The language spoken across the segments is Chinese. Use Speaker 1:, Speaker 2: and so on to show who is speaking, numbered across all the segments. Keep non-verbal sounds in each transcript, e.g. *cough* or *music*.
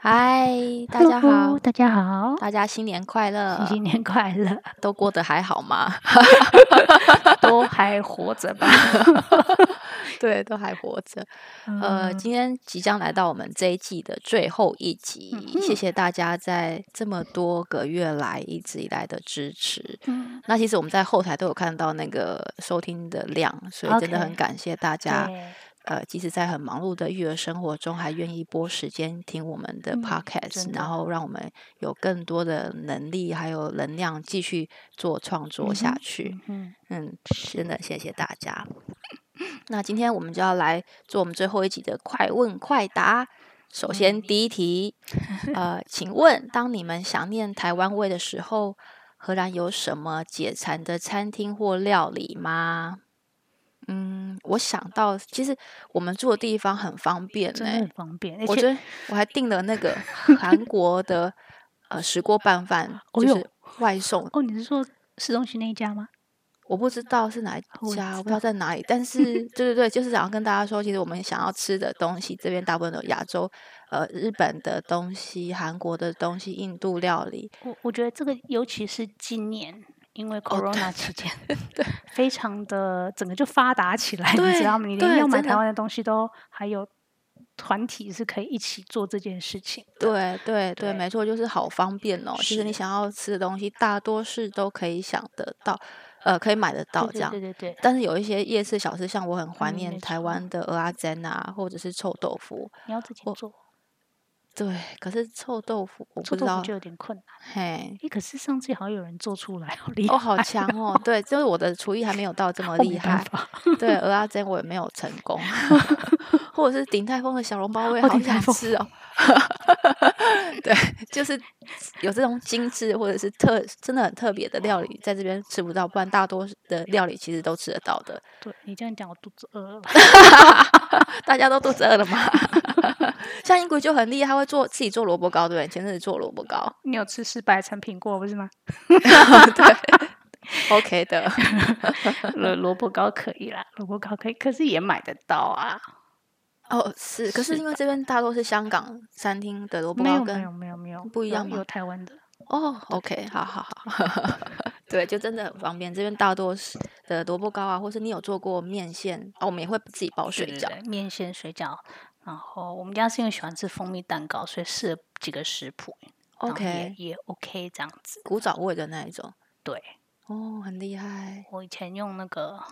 Speaker 1: 嗨，大家好呃
Speaker 2: Hello，，大家好，
Speaker 1: 大家新年快乐！
Speaker 2: 新年快
Speaker 1: *laughs*
Speaker 2: 乐，
Speaker 1: 都过得还好吗？ *laughs*
Speaker 2: *laughs* 都还活着吧？
Speaker 1: 对，都还活着。呃，
Speaker 2: 嗯
Speaker 1: 今天即将来到我们这一季的最后一集，
Speaker 2: 嗯
Speaker 1: 谢谢大家在这么多个月来一直以来的支持。
Speaker 2: 嗯
Speaker 1: 那其实我们在后台都有看到那个收听的量，所以真的很
Speaker 2: OK
Speaker 1: 感谢大家。
Speaker 2: 嗯对
Speaker 1: 呃，即使在很忙碌的育儿生活中，还愿意拨时间听我们的
Speaker 2: 嗯
Speaker 1: podcast，、
Speaker 2: 真的
Speaker 1: 然后让我们有更多的能力还有能量继续做创作下去。
Speaker 2: 嗯
Speaker 1: 嗯，真的谢谢大家。 *laughs* 那今天我们就要来做我们最后一集的快问快答。
Speaker 2: 嗯
Speaker 1: 首先第一
Speaker 2: *laughs*
Speaker 1: 题，呃，请问当你们想念台湾味的时候，荷兰有什么解馋的餐厅或料理吗？嗯，我想到，其实我们住的地方很方便呢、
Speaker 2: 真的很方便，而
Speaker 1: 我
Speaker 2: 且
Speaker 1: 昨天我还订了那
Speaker 2: *laughs*
Speaker 1: 个韩国的呃石锅拌饭，
Speaker 2: 哦
Speaker 1: 就
Speaker 2: 哟
Speaker 1: 是外送。
Speaker 2: 哦，你是说市中心那一家吗？
Speaker 1: 我不知道是哪一
Speaker 2: 哦我也
Speaker 1: 家，
Speaker 2: 知
Speaker 1: 我不知道在哪里，但是对对对，就是想要跟大家说，其实我们想要吃的东西，这边大部分都有亚洲，呃，日本的东西、韩国的东西、印度料理，
Speaker 2: 我我觉得这个，尤其是今年，因为
Speaker 1: 哦对
Speaker 2: Corona 期
Speaker 1: *laughs*
Speaker 2: 间，非常的整个就发达起来，你
Speaker 1: 对
Speaker 2: 知道吗？你
Speaker 1: 对
Speaker 2: 连要买
Speaker 1: 真的
Speaker 2: 台湾的东西都还有团体是可以一起做这件事情的。
Speaker 1: 对对对，
Speaker 2: 对
Speaker 1: 没错，就是好方便哦。其实
Speaker 2: 是
Speaker 1: 你想要吃的东西，大多是都可以想得到，呃，可以买得到
Speaker 2: 对
Speaker 1: 这样
Speaker 2: 对。对对对，
Speaker 1: 但是有一些夜市小吃，像我很怀
Speaker 2: 嗯
Speaker 1: 念
Speaker 2: 没
Speaker 1: 台
Speaker 2: 错
Speaker 1: 湾的蚵仔煎啊，或者是臭豆腐。
Speaker 2: 你要自己
Speaker 1: 我
Speaker 2: 做，
Speaker 1: 对，可是臭豆腐我不
Speaker 2: 做
Speaker 1: 知
Speaker 2: 豆
Speaker 1: 道
Speaker 2: 腐，就有点困难。
Speaker 1: 嘿，
Speaker 2: 诶，可是上次好像有人做出来，好厉害！
Speaker 1: 哦，好强哦！对，就是我的厨艺还没有到这 *laughs* 么
Speaker 2: 我没
Speaker 1: 厉
Speaker 2: 办
Speaker 1: 害。
Speaker 2: 法
Speaker 1: 对，蚵仔煎我也没有成 *laughs* 功，或者是鼎泰丰的小笼包，我也
Speaker 2: 哦
Speaker 1: 好
Speaker 2: 鼎泰
Speaker 1: 想
Speaker 2: 丰
Speaker 1: 吃哦。 *laughs* 对，就是有这种精致或者是特真的很特别的料理，在这边吃不到，不然大多的料理其实都吃得到的。
Speaker 2: 对你这样讲，我肚子饿 *laughs* 了。
Speaker 1: 大家都肚子饿了吗？ *laughs* 像英国就很厉害，他会做自己做萝卜糕，对不对？前阵子做萝卜糕
Speaker 2: 你有吃失败的产品过不是吗？
Speaker 1: ，OK 的。
Speaker 2: 萝萝卜糕可以啦，萝卜糕可以，可是也买得到啊。
Speaker 1: *laughs* 哦，是，可是
Speaker 2: 是
Speaker 1: 因为这边大多是香港餐厅的萝卜
Speaker 2: 没
Speaker 1: 糕
Speaker 2: 有没有
Speaker 1: 跟
Speaker 2: 没有没有
Speaker 1: 不一
Speaker 2: 有
Speaker 1: 样吗
Speaker 2: 有台湾的，
Speaker 1: 哦，OK，好好好， *laughs* 对，就真的很方便。这边大多是的萝卜糕啊，或是你有做过面线啊、我们也会自己包水
Speaker 2: 对对
Speaker 1: 饺。
Speaker 2: 对面线、水饺。然后我们家是因为喜欢吃蜂蜜蛋糕，所以试了几个食谱然后
Speaker 1: OK，
Speaker 2: 也也 OK 这样子。
Speaker 1: 古早味的那一种，
Speaker 2: 对
Speaker 1: 哦，很厉
Speaker 2: *laughs*
Speaker 1: 害。
Speaker 2: 我以前用那个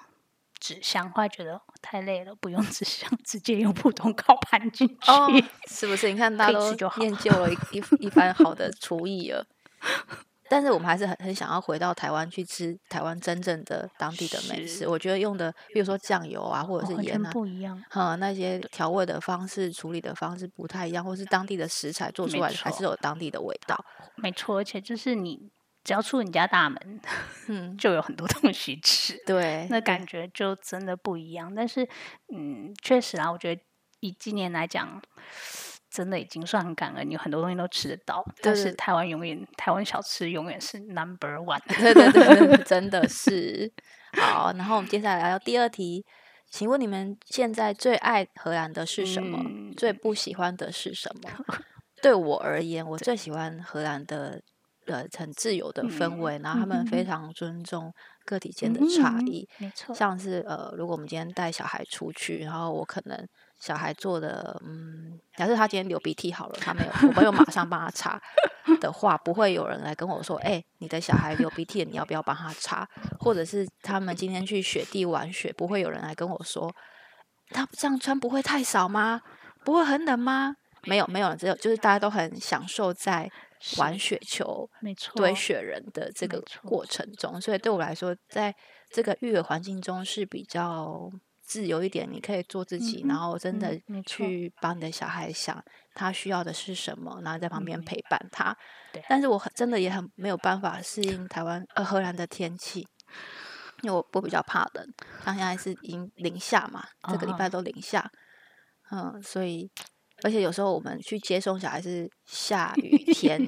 Speaker 2: 纸箱，后来觉得太累了，不用纸箱，直接用普通糕盘进去。
Speaker 1: 哦，是不是？你看，大家
Speaker 2: 可以吃
Speaker 1: 都
Speaker 2: 就好
Speaker 1: 练就了一一一番好的厨艺了。但是我们还是很很想要回到台湾去吃台湾真正的当地的美
Speaker 2: 是
Speaker 1: 食。我觉得用的，比如说酱油啊，或者
Speaker 2: 哦
Speaker 1: 是
Speaker 2: 完全
Speaker 1: 盐啊，
Speaker 2: 不一样，
Speaker 1: 哈、那些调味的方式、处理的方式不太一样，或是当地的食材做出
Speaker 2: 没
Speaker 1: 来还是
Speaker 2: 错
Speaker 1: 有当地的味道。
Speaker 2: 没错，而且就是你只要出你家大门，
Speaker 1: 嗯，
Speaker 2: 就有很多 *laughs* 东西吃。
Speaker 1: 对，
Speaker 2: 那感觉就真的不一样。但是，嗯，确实啊，我觉得以今年来讲，真的已经算很感恩，有很多东西都吃得到。但
Speaker 1: 对
Speaker 2: 是台湾永远，台湾小吃永远是 number one。
Speaker 1: *laughs* 对对对
Speaker 2: *laughs*
Speaker 1: 对，真的是。好，然后我们接下来来到第二题，请问你们现在最爱荷兰的是什么？
Speaker 2: 嗯
Speaker 1: 最不喜欢的是什
Speaker 2: *laughs*
Speaker 1: 么？对我而言，我最喜欢荷兰的呃很自由的氛
Speaker 2: 嗯
Speaker 1: 围，然后他们非
Speaker 2: 嗯哼
Speaker 1: 常尊重个体间的
Speaker 2: 嗯
Speaker 1: 差
Speaker 2: 嗯
Speaker 1: 异。
Speaker 2: 没错，
Speaker 1: 像是呃，如果我们今天带小孩出去，然后我可能小孩做的，嗯，假设他今天流鼻涕好了，他没有，我没有马上帮他
Speaker 2: *laughs*
Speaker 1: 擦的话，不会有人来跟我说，哎、你的小孩流鼻涕了，你要不要帮他擦？或者是他们今天去雪地玩雪，不会有人来跟我说，他这样穿不会太少吗？不会很冷吗？没有，没有，只有就是大家都很享受在玩
Speaker 2: 是
Speaker 1: 雪球，
Speaker 2: 没错，哦
Speaker 1: 堆雪人的这
Speaker 2: 没
Speaker 1: 个
Speaker 2: 错
Speaker 1: 过程中，所以对我来说，在这个育儿环境中是比较自由一点，你可以做自己，
Speaker 2: 嗯哼
Speaker 1: 然后真的
Speaker 2: 嗯没错
Speaker 1: 去帮你的小孩想他需要的是什么，然后在旁边
Speaker 2: 嗯
Speaker 1: 陪伴他。
Speaker 2: 对
Speaker 1: 但是我很真的也很没有办法适应台湾呃荷兰的天气。因为我我比较怕冷，像现在是已经零下嘛，这个礼
Speaker 2: 啊哈
Speaker 1: 拜都零下，嗯，所以而且有时候我们去接送小孩是下雨天，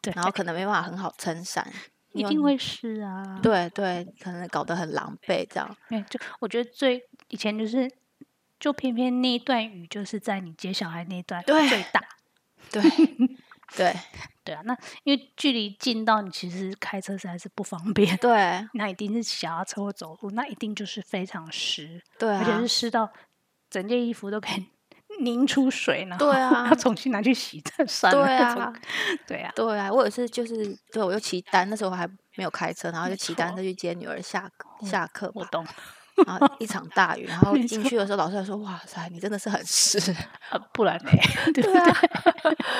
Speaker 2: 对，哎
Speaker 1: 然后可能没办法很好撑伞，
Speaker 2: 一
Speaker 1: 有
Speaker 2: 定会是啊。
Speaker 1: 对对，可能搞得很狼狈这
Speaker 2: *laughs*
Speaker 1: 样。
Speaker 2: 对，就我觉得最以前就是，就偏偏那一段雨就是在你接小孩那一段
Speaker 1: 对
Speaker 2: 最大。
Speaker 1: 对对
Speaker 2: 对啊，那因为距离近到你其实开车实在是不方便，
Speaker 1: 对
Speaker 2: 那一定是小轿车或走路，那一定就是非常湿，
Speaker 1: 对
Speaker 2: *laughs* 而且
Speaker 1: 啊
Speaker 2: 是，湿到整件衣服都可以 *laughs* 凝出水，然后
Speaker 1: 对啊
Speaker 2: *laughs* 要重新拿去洗再算了
Speaker 1: 对
Speaker 2: 那种
Speaker 1: 啊，
Speaker 2: 对啊，
Speaker 1: 对啊，我有一次就是对我就骑单，那时候我还没有开车，然后
Speaker 2: 没
Speaker 1: 就骑单
Speaker 2: 错
Speaker 1: 车去接女儿下下课
Speaker 2: 我
Speaker 1: 吧，
Speaker 2: 懂。
Speaker 1: 然后一场大雨，然后
Speaker 2: 没
Speaker 1: 进
Speaker 2: 错
Speaker 1: 去的时候老师还说：“哇塞，你真的是很
Speaker 2: *laughs*
Speaker 1: 湿。
Speaker 2: 呃，不然嘞， *laughs* 对不
Speaker 1: 对
Speaker 2: 对？
Speaker 1: 啊，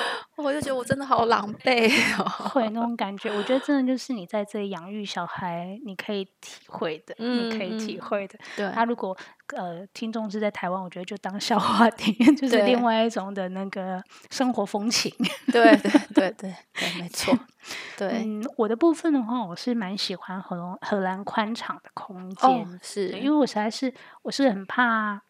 Speaker 1: *laughs* 我就觉得我真的好狼狈
Speaker 2: *laughs*
Speaker 1: 哦。
Speaker 2: 会那种感觉，我觉得真的就是你在这里养育小孩，你可以体会的，你可以
Speaker 1: 嗯
Speaker 2: 体
Speaker 1: 嗯
Speaker 2: 会的。
Speaker 1: 对
Speaker 2: 他、如果呃听众是在台湾，我觉得就当笑话 *laughs* 听，就是
Speaker 1: 对
Speaker 2: 另外一种的那个生活风情。
Speaker 1: 对对对对对，没
Speaker 2: *laughs*
Speaker 1: 错，对，
Speaker 2: 嗯，我的部分的话，我是蛮喜欢荷兰荷兰宽敞的空间，
Speaker 1: 哦，是，
Speaker 2: 嗯对因为我实在是我是很怕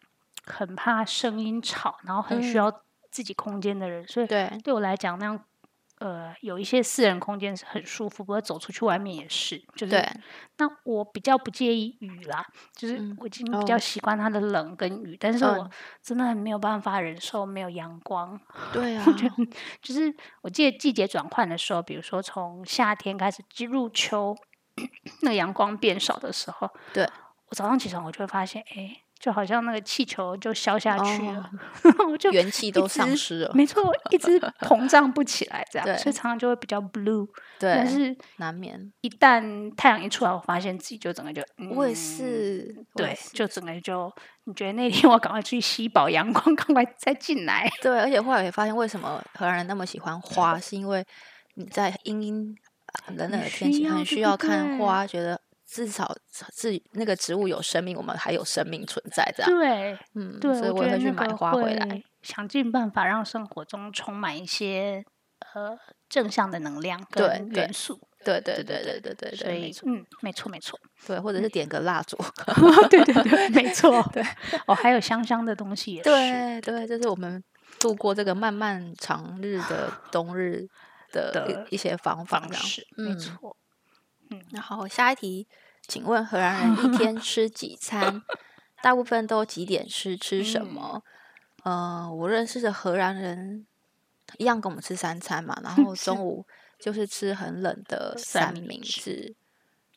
Speaker 2: 很怕声音吵，然后很需
Speaker 1: 嗯
Speaker 2: 要自己空间的人，所以
Speaker 1: 对
Speaker 2: 对我来讲那样。呃，有一些私人空间是很舒服，不过走出去外面也是，就是
Speaker 1: 对
Speaker 2: 那我比较不介意雨啦，就是
Speaker 1: 嗯
Speaker 2: 我已经比较
Speaker 1: 哦
Speaker 2: 习惯它的冷跟雨，但是
Speaker 1: 嗯
Speaker 2: 我真的很没有办法忍受没有阳光。
Speaker 1: 对啊，
Speaker 2: 就是我记得季节转换的时候，比如说从夏天开始进入秋， *clears throat* 那个阳光变少的时候，
Speaker 1: 对
Speaker 2: 我早上起床我就会发现，哎，就好像那个气球就消下去了，我就
Speaker 1: 哦元气
Speaker 2: 一
Speaker 1: 都丧
Speaker 2: 直
Speaker 1: 失了，
Speaker 2: 没错，
Speaker 1: *laughs*
Speaker 2: 一直膨胀不起来，这样，所
Speaker 1: 对
Speaker 2: 以常常就会比较 blue。但
Speaker 1: 对，
Speaker 2: 是
Speaker 1: 难免。
Speaker 2: 一旦太阳一出来，我发现自己就整个就，
Speaker 1: 我也
Speaker 2: 嗯。
Speaker 1: 是，我也
Speaker 2: 对，
Speaker 1: 是
Speaker 2: 就整个就，你觉得那天我赶快去吸饱阳光， *laughs* 赶快再进来。
Speaker 1: 对，而且后来也发现，为什么荷兰人那么喜欢花，是因为你在阴阴呃冷冷
Speaker 2: 很
Speaker 1: 的天
Speaker 2: 需
Speaker 1: 气，
Speaker 2: 要
Speaker 1: 很
Speaker 2: 对
Speaker 1: 需
Speaker 2: 不
Speaker 1: 要看
Speaker 2: 对
Speaker 1: 花，觉得至少自那个植物有生命，我们还有生命存在，这样，
Speaker 2: 对，
Speaker 1: 嗯，
Speaker 2: 对，
Speaker 1: 所以
Speaker 2: 我
Speaker 1: 我
Speaker 2: 觉
Speaker 1: 也
Speaker 2: 得
Speaker 1: 会去
Speaker 2: 那
Speaker 1: 买
Speaker 2: 个
Speaker 1: 花回来，
Speaker 2: 会想尽办法让生活中充满一些呃正向的能量
Speaker 1: 对
Speaker 2: 跟
Speaker 1: 对
Speaker 2: 元素。
Speaker 1: 对对
Speaker 2: 对
Speaker 1: 对对
Speaker 2: 对
Speaker 1: 对对
Speaker 2: 所
Speaker 1: 对，
Speaker 2: 以
Speaker 1: 没错，
Speaker 2: 嗯，没错没错， *laughs*
Speaker 1: 对，或者是点个蜡烛，
Speaker 2: 对对对，没
Speaker 1: *laughs*
Speaker 2: 错。对，哦，还有香香的东西也是。
Speaker 1: 对对，这是我们度过这个漫漫长日的
Speaker 2: *sighs*
Speaker 1: 冬日的
Speaker 2: 的
Speaker 1: 一一些方法，
Speaker 2: 方
Speaker 1: 这样。
Speaker 2: 式，没
Speaker 1: 嗯
Speaker 2: 错。
Speaker 1: 然后下一题，请问荷兰人
Speaker 2: *laughs*
Speaker 1: 一天吃几餐？大部分都几点吃？吃
Speaker 2: 嗯
Speaker 1: 什么？呃，我认识的荷兰人一样跟我们吃三餐嘛，
Speaker 2: *laughs*
Speaker 1: 然后
Speaker 2: 是
Speaker 1: 中午就是吃很冷的
Speaker 2: 三
Speaker 1: 三
Speaker 2: 明
Speaker 1: 明
Speaker 2: 治
Speaker 1: 治。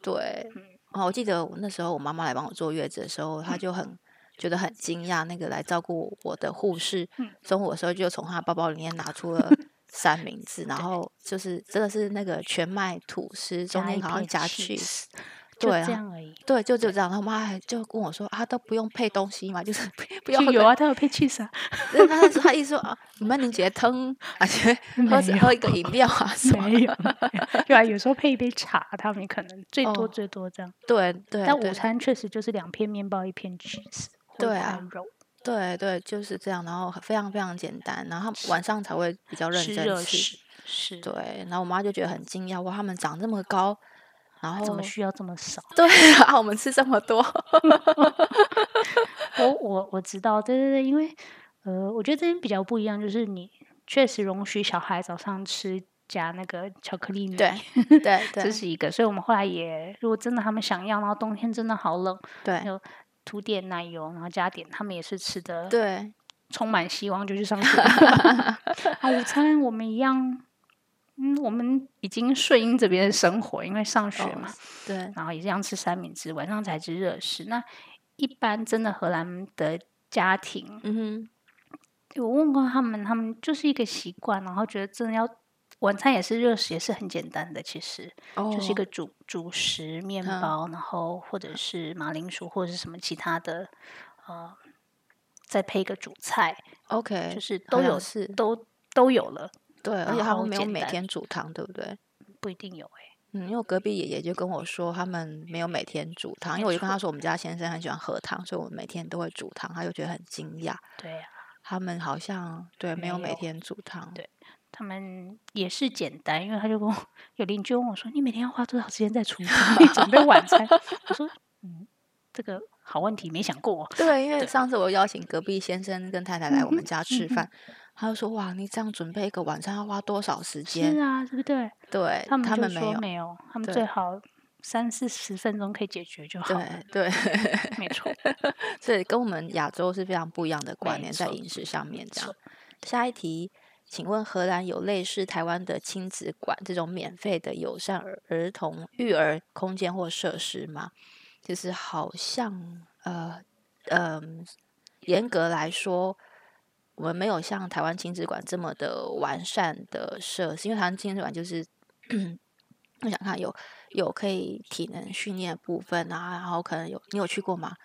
Speaker 1: 对，哦，我记得我那时候我妈妈来帮我坐月子的时候，
Speaker 2: 嗯
Speaker 1: 她就很觉得很惊讶，那个来照顾我的护士，
Speaker 2: 嗯
Speaker 1: 中午的时候就从她包包里面拿出
Speaker 2: *laughs*
Speaker 1: 了三明治，然后就是真的是那个全麦吐司，中
Speaker 2: 加
Speaker 1: 间
Speaker 2: 一
Speaker 1: 好像
Speaker 2: 片
Speaker 1: 加
Speaker 2: cheese
Speaker 1: cheese， *laughs*
Speaker 2: 就
Speaker 1: 对啊，
Speaker 2: 这样而已。
Speaker 1: 对，就只有这样。然后妈还就跟我说啊，都不用配东西嘛，就是不不要
Speaker 2: 就有
Speaker 1: 跟
Speaker 2: 啊，它有配 cheese 啊，
Speaker 1: 对，他是他意思说啊，你们你姐汤，而且喝
Speaker 2: *laughs* 没有
Speaker 1: 喝一个饮料啊 *laughs* 什么
Speaker 2: 没有，没有对啊，有时候配一杯茶，他们可能最多
Speaker 1: 哦
Speaker 2: 最多这样。
Speaker 1: 对对
Speaker 2: 但午
Speaker 1: 对
Speaker 2: 餐确实就是两片面包，一片 cheese，或一
Speaker 1: 对啊
Speaker 2: 块肉。
Speaker 1: 对对，就是这样。然后非常非常简单，然后晚上才会比较认
Speaker 2: 吃
Speaker 1: 真
Speaker 2: 热
Speaker 1: 吃
Speaker 2: 食。是，
Speaker 1: 对，然后我妈就觉得很惊讶，哇，他们长这么高，然
Speaker 2: 怎
Speaker 1: 后
Speaker 2: 么需要这么少？
Speaker 1: 对啊，我们吃这么
Speaker 2: *laughs*
Speaker 1: 多，
Speaker 2: 我哦我我知道，对对对，因为呃，我觉得这边比较不一样，就是你确实容许小孩早上吃加那个巧克力米，
Speaker 1: 对对
Speaker 2: *laughs* 这
Speaker 1: 对
Speaker 2: 是一个。所以我们后来也，如果真的他们想要，然后冬天真的好冷，
Speaker 1: 对
Speaker 2: 就涂点奶油，然后加点，他们也是吃的
Speaker 1: 对，
Speaker 2: 充满希望就去
Speaker 1: *laughs*
Speaker 2: 上学。啊，午餐我们一样，嗯，我们已经顺应这边的生活，因为上学
Speaker 1: 哦
Speaker 2: 嘛，
Speaker 1: 对
Speaker 2: 然后也这样吃三明治，晚上才吃热食。那一般真的荷兰的家庭，
Speaker 1: 嗯
Speaker 2: 我问过他们，他们就是一个习惯，然后觉得真的要晚餐也是热食，也是很简单的，其实、
Speaker 1: 哼，哦，
Speaker 2: 就是一个主主食面
Speaker 1: 嗯
Speaker 2: 包，然后或者是马铃薯或者是什么其他的，呃，再配一个主菜，就
Speaker 1: 哦 OK，
Speaker 2: 是
Speaker 1: 好
Speaker 2: 都
Speaker 1: 像
Speaker 2: 有
Speaker 1: 是
Speaker 2: 都都有了，
Speaker 1: 对，而且
Speaker 2: 然
Speaker 1: 他
Speaker 2: 后
Speaker 1: 们没有
Speaker 2: 简
Speaker 1: 每
Speaker 2: 单
Speaker 1: 天煮汤，对不对？
Speaker 2: 不一定有哎、
Speaker 1: 嗯，因为我隔壁爷爷就跟我说，他们没有每天煮汤，因为我就跟他说，我们家先生很喜欢喝汤，所以我们每天都会煮汤，他就觉得很惊讶，
Speaker 2: 对啊呀、
Speaker 1: 他们好像对没有
Speaker 2: 没
Speaker 1: 每
Speaker 2: 有
Speaker 1: 天煮汤，
Speaker 2: 对他们也是简单，因为他就跟我有邻居问我说：“你每天要花多少时间在厨
Speaker 1: *laughs*
Speaker 2: 房里准备晚餐？”我说：“嗯，这个好问题，没想过。
Speaker 1: 对，因为
Speaker 2: 对
Speaker 1: 上次我邀请隔壁先生跟太太来我
Speaker 2: 嗯
Speaker 1: 们
Speaker 2: 哼
Speaker 1: 家吃
Speaker 2: 嗯哼
Speaker 1: 饭，他就说哇，你这样准备一个晚餐要花多少时”
Speaker 2: 是
Speaker 1: 间？
Speaker 2: 啊，对不对？
Speaker 1: 对，
Speaker 2: 他们就
Speaker 1: 们没
Speaker 2: 说
Speaker 1: 有，
Speaker 2: 没有，他们
Speaker 1: 对
Speaker 2: 最好三四十分钟可以解决就好了。
Speaker 1: 对对，
Speaker 2: 没
Speaker 1: *laughs*
Speaker 2: 错，
Speaker 1: 所以跟我们亚洲是非常不一样的观
Speaker 2: 没
Speaker 1: 念在
Speaker 2: 错
Speaker 1: 饮食上面。这
Speaker 2: 错
Speaker 1: 样，下一题，请问荷兰有类似台湾的亲子馆这种免费的友善儿儿童育儿空间或设施吗？就是好像呃嗯、严格来说，我们没有像台湾亲子馆这么的完善的设施，因为台湾亲子馆就是。 *coughs* 我想看有有可以体能训练部分啊，然后可能有你有去过吗？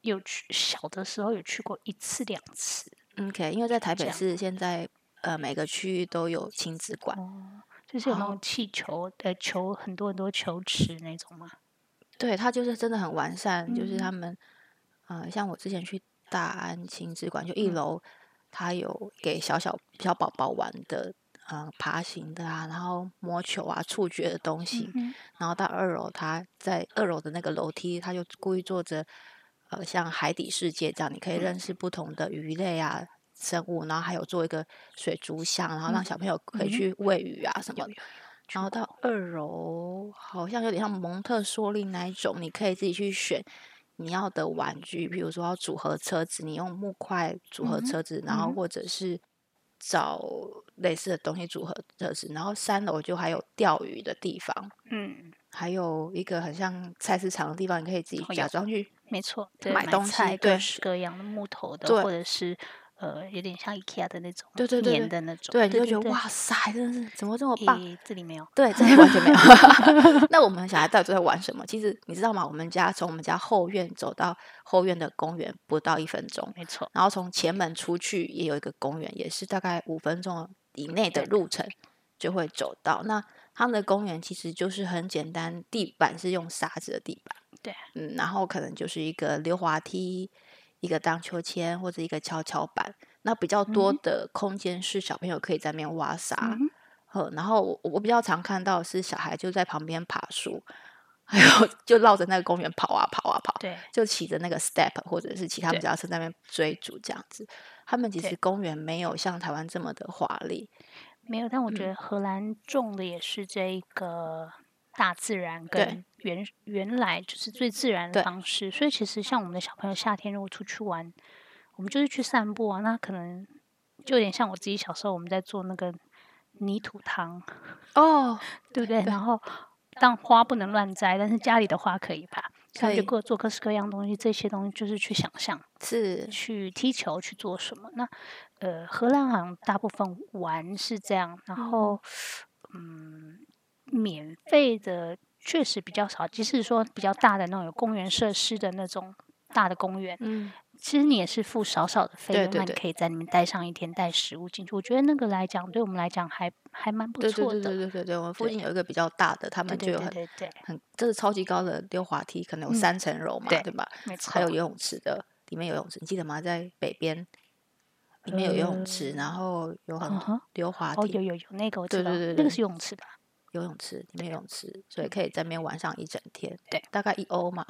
Speaker 2: 有去小的时候有去过一次两次，
Speaker 1: 嗯 OK，因为在台
Speaker 2: 这
Speaker 1: 北
Speaker 2: 样
Speaker 1: 市现在呃每个区域都有亲子馆，
Speaker 2: 哦，就是有那
Speaker 1: 哦
Speaker 2: 种气球，呃，球很多很多球池那种嘛。
Speaker 1: 对，它就是真的很完善，就是他
Speaker 2: 嗯
Speaker 1: 们呃像我之前去大安亲子馆，就
Speaker 2: 嗯
Speaker 1: 一楼它有给小小小宝宝玩的。呃，爬行的啊，然后摸球啊，触觉的东西，
Speaker 2: 嗯
Speaker 1: 然后到二楼，它在二楼的那个楼梯，它就故意做着，呃，像海底世界这样，你可以认识不同的鱼类啊、生物，然后还有做一个水族箱，然后让
Speaker 2: 嗯
Speaker 1: 小朋友可以
Speaker 2: 嗯
Speaker 1: 去喂鱼啊什么
Speaker 2: 有
Speaker 1: 的。
Speaker 2: 有去
Speaker 1: 然后到二楼，好像有点像蒙特梭利那一种，你可以自己去选你要的玩具，比如说要组合车子，你用木块组合
Speaker 2: 嗯哼
Speaker 1: 车子，然后
Speaker 2: 嗯哼
Speaker 1: 或者是找类似的东西组合车子。然后三楼就还有钓鱼的地方，
Speaker 2: 嗯，
Speaker 1: 还有一个很像菜市场的地方，你可以自己
Speaker 2: 哦
Speaker 1: 假
Speaker 2: 有
Speaker 1: 装去。
Speaker 2: 没错，对，
Speaker 1: 买
Speaker 2: 买
Speaker 1: 东
Speaker 2: 菜
Speaker 1: 西
Speaker 2: 各
Speaker 1: 对
Speaker 2: 式各样的木头的，
Speaker 1: 对
Speaker 2: 或者是呃，有点像 IKEA 的那种，
Speaker 1: 对对对
Speaker 2: 棉
Speaker 1: 对
Speaker 2: 的那种，
Speaker 1: 对，
Speaker 2: 对，
Speaker 1: 你就
Speaker 2: 对
Speaker 1: 觉得，
Speaker 2: 对
Speaker 1: 哇塞，真的是怎么这么棒？
Speaker 2: 咦这里没有，
Speaker 1: 对，这里完全没
Speaker 2: *laughs*
Speaker 1: 有。 *laughs* 那我们小孩到底都在玩什么？其实你知道吗？我们家从我们家后院走到后院的公园不到一分钟，
Speaker 2: 没错，
Speaker 1: 然后从前门出去也有一个公园，也是大概五分钟以内的
Speaker 2: 对
Speaker 1: 路程就会走到。那他们的公园其实就是很简单，地板是用沙子的地板，
Speaker 2: 对，啊
Speaker 1: 嗯，然后可能就是一个溜滑梯、一个荡秋千或者一个跷跷板。那比较多
Speaker 2: 嗯
Speaker 1: 的空间是小朋友可以在那边挖沙，
Speaker 2: 嗯哼，
Speaker 1: 呃，然后我我比较常看到的是小孩就在旁边爬树， *laughs* 还有就绕着那个公园跑啊跑啊跑，
Speaker 2: 对，
Speaker 1: 就骑着那个 step 或者是骑他们
Speaker 2: 对
Speaker 1: 脚踏车在那边追逐这样子。他们其
Speaker 2: 对
Speaker 1: 实公园没有像台湾这么的华丽，
Speaker 2: 没有，但我
Speaker 1: 嗯
Speaker 2: 觉得荷兰种的也是这一个大自然
Speaker 1: 对
Speaker 2: 跟原原来就是最自然的
Speaker 1: 对
Speaker 2: 方式，所以其实像我们的小朋友夏天如果出去玩，我们就是去散步啊，那可能就有点像我自己小时候我们在做那个泥土汤，
Speaker 1: 哦，
Speaker 2: 对不对？
Speaker 1: 对
Speaker 2: 然后当花不能乱摘，但是家里的花可以吧？他
Speaker 1: 可
Speaker 2: 们就
Speaker 1: 以
Speaker 2: 各做各式各样东西，这些东西就是去想象。
Speaker 1: 是
Speaker 2: 去踢球去做什么。那呃，荷兰好像大部分玩是这样，然后嗯，免费的确实比较少，即使说比较大的那种有公园设施的那种。大的公园，
Speaker 1: 嗯，
Speaker 2: 其实你也是付少少的费
Speaker 1: 对
Speaker 2: 用，
Speaker 1: 对
Speaker 2: 那你
Speaker 1: 对
Speaker 2: 可以在里面待上一天，带食物进去。我觉得那个来讲，对我们来讲还还蛮不
Speaker 1: 对对
Speaker 2: 错
Speaker 1: 对对
Speaker 2: 的。
Speaker 1: 对对对，我们附
Speaker 2: 对
Speaker 1: 近有一个比较大的，他
Speaker 2: 对
Speaker 1: 们就
Speaker 2: 对
Speaker 1: 有
Speaker 2: 对
Speaker 1: 很
Speaker 2: 对对，
Speaker 1: 很这是超级高的溜滑梯，可能有
Speaker 2: 嗯
Speaker 1: 三层楼嘛，
Speaker 2: 对
Speaker 1: 对吧？
Speaker 2: 没错。
Speaker 1: 还有游泳池的，里面有游泳池，你记得吗？在北边，里面有游泳池，然后有很
Speaker 2: 嗯哼，
Speaker 1: 溜滑
Speaker 2: 哦，
Speaker 1: 梯，
Speaker 2: 有有有，那个我知
Speaker 1: 对
Speaker 2: 道，
Speaker 1: 对对
Speaker 2: 那
Speaker 1: 对
Speaker 2: 个是游泳池吧？
Speaker 1: 游泳池里面有游泳池，所以可以在那边玩上一整天，
Speaker 2: 嗯对，
Speaker 1: 大概一欧嘛，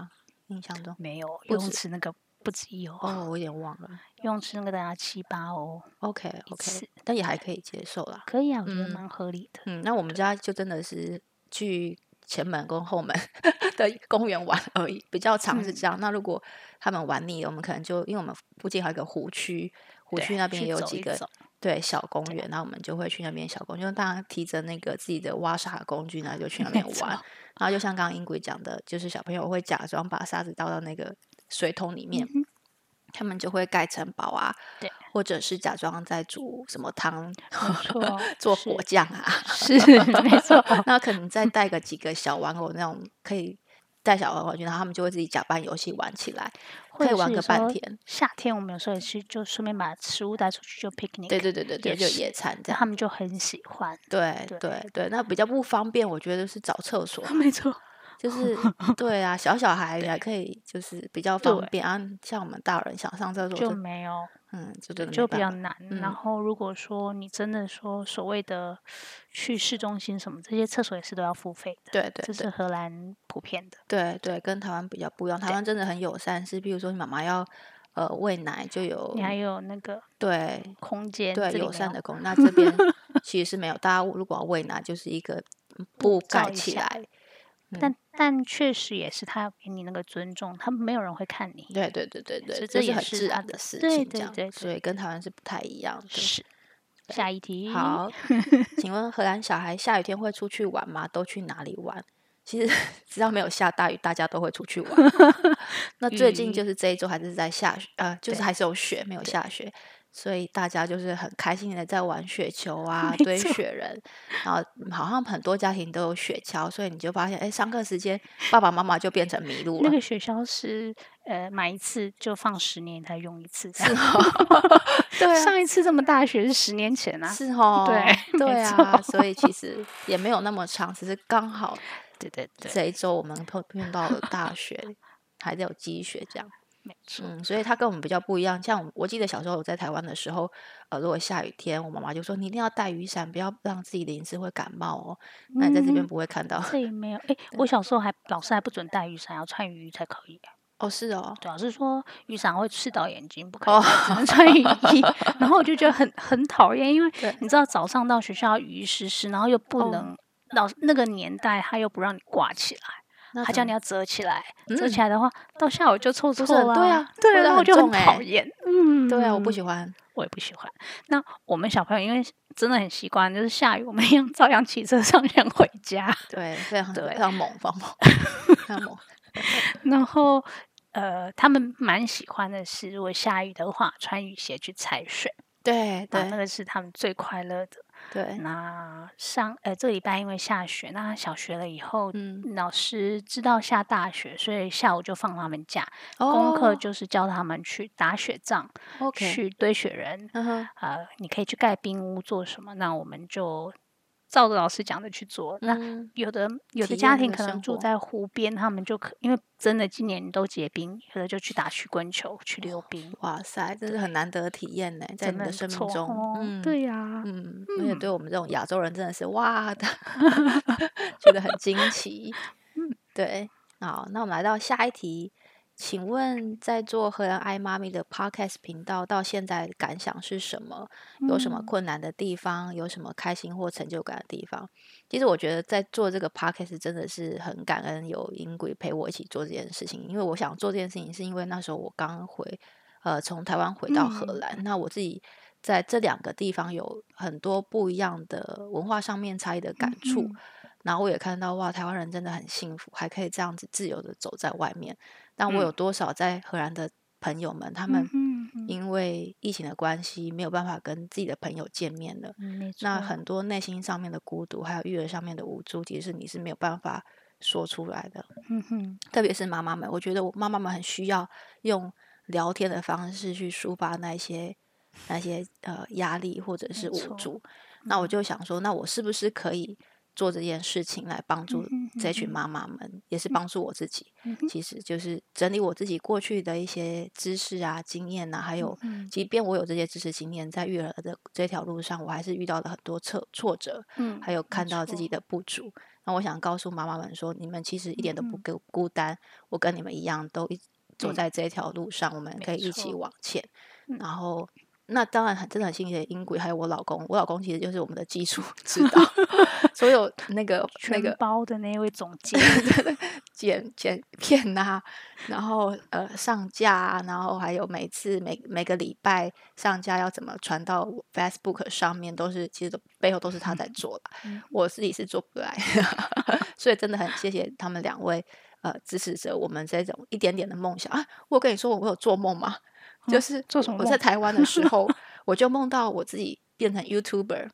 Speaker 1: 印象中。
Speaker 2: 没有游泳
Speaker 1: 止
Speaker 2: 池那个不止有
Speaker 1: 哦，我有点忘了。
Speaker 2: 游泳池那个大概七八欧，
Speaker 1: OK
Speaker 2: 一
Speaker 1: OK，
Speaker 2: 次
Speaker 1: 但也还可以接受啦。
Speaker 2: 可以啊，我觉得
Speaker 1: 嗯
Speaker 2: 蛮合理的。
Speaker 1: 嗯，那我们家就真的是去前门跟后门 *laughs* 的公园玩而已，比较常是
Speaker 2: 嗯
Speaker 1: 这样。那如果他们玩腻了，我们可能就因为我们附近还有一个湖区，湖
Speaker 2: 对
Speaker 1: 区那边
Speaker 2: 去
Speaker 1: 也有
Speaker 2: 走
Speaker 1: 几
Speaker 2: 一
Speaker 1: 个
Speaker 2: 走
Speaker 1: 对小公园，那我们就会去那边小公园，就大家提着那个自己的挖沙的工具，然后就去那边
Speaker 2: 没错
Speaker 1: 玩。然后就像刚刚英鬼讲的，就是小朋友会假装把沙子倒到那个水桶里面，
Speaker 2: 嗯
Speaker 1: 他们就会盖城堡啊，
Speaker 2: 对，
Speaker 1: 或者是假装在煮什么汤，，
Speaker 2: 哼没错
Speaker 1: *laughs* 做果
Speaker 2: 是
Speaker 1: 酱啊， *laughs*
Speaker 2: 是没错，
Speaker 1: 那可能
Speaker 2: *laughs*
Speaker 1: 再带个几个小玩偶那种可以带小玩偶去，然后他们就会自己假扮游戏玩起来，
Speaker 2: 或
Speaker 1: 可以
Speaker 2: 者
Speaker 1: 玩
Speaker 2: 是
Speaker 1: 个
Speaker 2: 有时
Speaker 1: 半
Speaker 2: 候
Speaker 1: 天。
Speaker 2: 夏天我们有时候也是就顺便把食物带出去就 picnic，
Speaker 1: 对对对对对，
Speaker 2: 也
Speaker 1: 就是野餐这
Speaker 2: 那 *laughs*
Speaker 1: 样。
Speaker 2: 他们就很喜
Speaker 1: *laughs*
Speaker 2: 欢。
Speaker 1: 对
Speaker 2: 对，
Speaker 1: 对对，那比较不方便，我觉得是找厕所
Speaker 2: 没错，
Speaker 1: 就是
Speaker 2: *laughs*
Speaker 1: 对啊，小小孩也可以，就是比较方
Speaker 2: 对
Speaker 1: 便啊。像我们大人想上厕所
Speaker 2: 就
Speaker 1: 就，
Speaker 2: 没有
Speaker 1: 嗯，就真的
Speaker 2: 就
Speaker 1: 没
Speaker 2: 比
Speaker 1: 办
Speaker 2: 较
Speaker 1: 法
Speaker 2: 难。
Speaker 1: 嗯
Speaker 2: 然后如果说你真的说所谓的去市中心什么，这些厕所也是都要付费的，
Speaker 1: 对对
Speaker 2: 这
Speaker 1: 对
Speaker 2: 是荷兰普遍的。
Speaker 1: 对对，跟台湾比较不一样。台
Speaker 2: 对
Speaker 1: 湾真的很友善，是比如说你妈妈要呃喂奶就有
Speaker 2: 你还有那个
Speaker 1: 对
Speaker 2: 空间，
Speaker 1: 嗯对
Speaker 2: 这里
Speaker 1: 友
Speaker 2: 没
Speaker 1: 善
Speaker 2: 有
Speaker 1: 的公园，那这
Speaker 2: *laughs*
Speaker 1: 边其实是没有。大家如果要喂奶，就是一个布
Speaker 2: 罩
Speaker 1: 盖
Speaker 2: 嗯一
Speaker 1: 起
Speaker 2: 下
Speaker 1: 来。嗯
Speaker 2: 但但确实也是他要给你那个尊重，他没有人会看你。
Speaker 1: 对对对对对，这
Speaker 2: 所以这
Speaker 1: 是
Speaker 2: 也
Speaker 1: 很
Speaker 2: 是
Speaker 1: 自
Speaker 2: 它
Speaker 1: 然
Speaker 2: 的
Speaker 1: 的事
Speaker 2: 对
Speaker 1: 情，这
Speaker 2: 对
Speaker 1: 样
Speaker 2: 对对
Speaker 1: 所以跟台湾是不太一样的。
Speaker 2: 是，下一题。
Speaker 1: 好，请问荷兰小孩下雨天会出去玩吗？都去哪里玩？其实 *laughs* 只要没有下大雨，大家都会出去
Speaker 2: *laughs*
Speaker 1: 玩。那最近就是这一周还是在下雪，呃，就是
Speaker 2: 嗯对
Speaker 1: 还是有雪，没有下雪，所以大家就是很开心的在玩雪球啊，
Speaker 2: 没
Speaker 1: 堆
Speaker 2: 错
Speaker 1: 雪人，然后嗯好像很多家庭都有雪橇，所以你就发现，哎，上课时间爸爸妈妈就变成迷路
Speaker 2: 那
Speaker 1: 了。
Speaker 2: 个雪橇是呃买一次就放十年才用
Speaker 1: *laughs*
Speaker 2: 一次这样，
Speaker 1: 哦
Speaker 2: *laughs*
Speaker 1: 对啊，
Speaker 2: 上一次这么大雪是十年前啊。
Speaker 1: 是哦，
Speaker 2: 对 *laughs*
Speaker 1: 对
Speaker 2: 没
Speaker 1: 啊，所以其实也没有那么长，只是刚好
Speaker 2: 对对对，
Speaker 1: 这一周我们碰碰到了大
Speaker 2: *laughs*
Speaker 1: 雪，还在有积雪这样。
Speaker 2: 没错。
Speaker 1: 嗯，所以它跟我们比较不一样。像我我记得小时候我在台湾的时候，呃，如果下雨天，我妈妈就说你一定要带雨伞，不要让自己淋湿会感冒哦。那你在这边
Speaker 2: 嗯
Speaker 1: 不会看到、 *laughs*
Speaker 2: 这里没有，哎，我小时候还老师还不准带雨伞，要穿雨衣才可以。
Speaker 1: 哦，是哦，
Speaker 2: 老师说雨伞会刺到眼睛，不可
Speaker 1: 哦
Speaker 2: 以戴只能穿雨
Speaker 1: *laughs*
Speaker 2: 衣。然后我就觉得很很讨厌，因为
Speaker 1: 对
Speaker 2: 你知道早上到学校雨衣湿湿，然后又
Speaker 1: 哦
Speaker 2: 不能、老那个年代他又不让你挂起来，
Speaker 1: 那
Speaker 2: 他
Speaker 1: 怎
Speaker 2: 叫
Speaker 1: 么
Speaker 2: 你要折起来，折
Speaker 1: 嗯
Speaker 2: 起来的话到下午就臭臭
Speaker 1: 是很
Speaker 2: 啦。
Speaker 1: 对啊
Speaker 2: 对
Speaker 1: 味道
Speaker 2: 然后我
Speaker 1: 很
Speaker 2: 就很
Speaker 1: 重欸
Speaker 2: 讨厌。嗯，
Speaker 1: 对啊，我不喜欢。
Speaker 2: 我也不喜欢。那我们小朋友因为真的很习惯，就是下雨我们一样照样骑车上山回家，
Speaker 1: 对，非常
Speaker 2: 对
Speaker 1: 非常猛，放
Speaker 2: *laughs*
Speaker 1: 猛，非常猛。
Speaker 2: 然后。呃，他们蛮喜欢的是，如果下雨的话，穿雨鞋去踩水。
Speaker 1: 对
Speaker 2: 啊，那
Speaker 1: 对
Speaker 2: 个是他们最快乐的。
Speaker 1: 对，
Speaker 2: 那上呃这个礼拜因为下雪，那小学了以后，
Speaker 1: 嗯，
Speaker 2: 老师知道下大雪，所以下午就放他们假，功课
Speaker 1: 哦
Speaker 2: 就是教他们去打雪仗、
Speaker 1: ，OK，
Speaker 2: 去堆雪人，
Speaker 1: 嗯哼，
Speaker 2: 呃，你可以去盖冰屋做什么，那我们就照着老师讲的去做。那
Speaker 1: 嗯
Speaker 2: 有的有
Speaker 1: 体
Speaker 2: 的
Speaker 1: 验
Speaker 2: 家
Speaker 1: 那
Speaker 2: 庭
Speaker 1: 个
Speaker 2: 可能
Speaker 1: 生
Speaker 2: 住
Speaker 1: 活
Speaker 2: 在湖边，他们就可因为真的今年都结冰，有的就去打曲棍球、去溜冰，
Speaker 1: 哇塞，这是很难得的体验呢，在
Speaker 2: 真
Speaker 1: 你
Speaker 2: 的
Speaker 1: 的
Speaker 2: 很不
Speaker 1: 生命
Speaker 2: 错
Speaker 1: 中，
Speaker 2: 哦。
Speaker 1: 嗯，
Speaker 2: 对呀、
Speaker 1: 嗯，而且
Speaker 2: 嗯
Speaker 1: 对我们这种亚洲人真的是哇的， *laughs* 觉得很惊奇。
Speaker 2: *laughs* 嗯，
Speaker 1: 对。好，那我们来到下一题，请问在做荷兰爱妈咪的 podcast 频道到现在感想是什么？有什么
Speaker 2: 嗯
Speaker 1: 困难的地方？有什么开心或成就感的地方？其实我觉得在做这个 podcast 真的是很感恩有英鬼陪我一起做这件事情，因为我想做这件事情是因为那时候我刚回呃从台湾回到荷
Speaker 2: 嗯
Speaker 1: 兰，那我自己在这两个地方有很多不一样的文化上面差异的感触，
Speaker 2: 嗯
Speaker 1: 然后我也看到哇，台湾人真的很幸福，还可以这样子自由的走在外面。但我有多少在荷兰的朋友们，他们
Speaker 2: 嗯哼
Speaker 1: 因为疫情的关系，没有办法跟自己的朋友见面了。
Speaker 2: 嗯，没错，
Speaker 1: 那很多内心上面的孤独，还有育儿上面的无助，其实是你是没有办法说出来的。
Speaker 2: 嗯哼，
Speaker 1: 特别是妈妈们，我觉得我妈妈们很需要用聊天的方式去抒发那一些那些呃压力或者是
Speaker 2: 没
Speaker 1: 无
Speaker 2: 错嗯
Speaker 1: 助。那我就想说，那我是不是可以做这件事情来帮助
Speaker 2: 嗯哼
Speaker 1: 这群
Speaker 2: 嗯哼
Speaker 1: 妈妈们，也是帮助我自己？
Speaker 2: 嗯哼
Speaker 1: 其实就是整理我自己过去的一些知识啊、经验呐、还有
Speaker 2: 嗯
Speaker 1: 即便我有这些知识经验，在育儿的这条路上，我还是遇到了很多挫挫折，
Speaker 2: 嗯，
Speaker 1: 还有
Speaker 2: 没
Speaker 1: 看到自己
Speaker 2: 错
Speaker 1: 的不足。那我想告诉妈妈们说，你们其实一点都不
Speaker 2: 嗯
Speaker 1: 孤孤单，我跟你们一样，都一走
Speaker 2: 嗯
Speaker 1: 在这条路上，我们
Speaker 2: 没
Speaker 1: 可以一起
Speaker 2: 错
Speaker 1: 往前。
Speaker 2: 嗯
Speaker 1: 然后，那当然很真的很谢谢英鬼，还有我老公，我老公其实就是我们的技术 *laughs* 指
Speaker 2: *laughs*
Speaker 1: 导，所有那个那
Speaker 2: 全
Speaker 1: 个
Speaker 2: 包的那一位 *laughs* 总监，
Speaker 1: *laughs* 剪剪片呐、然后呃上架啊，然后还有每次每每个礼拜上架要怎么传到 Facebook 上面，都是其实都背后都是他在做啦。
Speaker 2: 嗯
Speaker 1: 我自己是做不来，所以真的很谢谢他们两位呃支持着我们这种一点点的梦想啊！我有跟你说我有做梦吗？就
Speaker 2: 嗯
Speaker 1: 是
Speaker 2: 做
Speaker 1: 我
Speaker 2: 什么
Speaker 1: 我在
Speaker 2: 梦
Speaker 1: 台湾的时
Speaker 2: *laughs*
Speaker 1: 候，我就梦到我自己变成 YouTuber，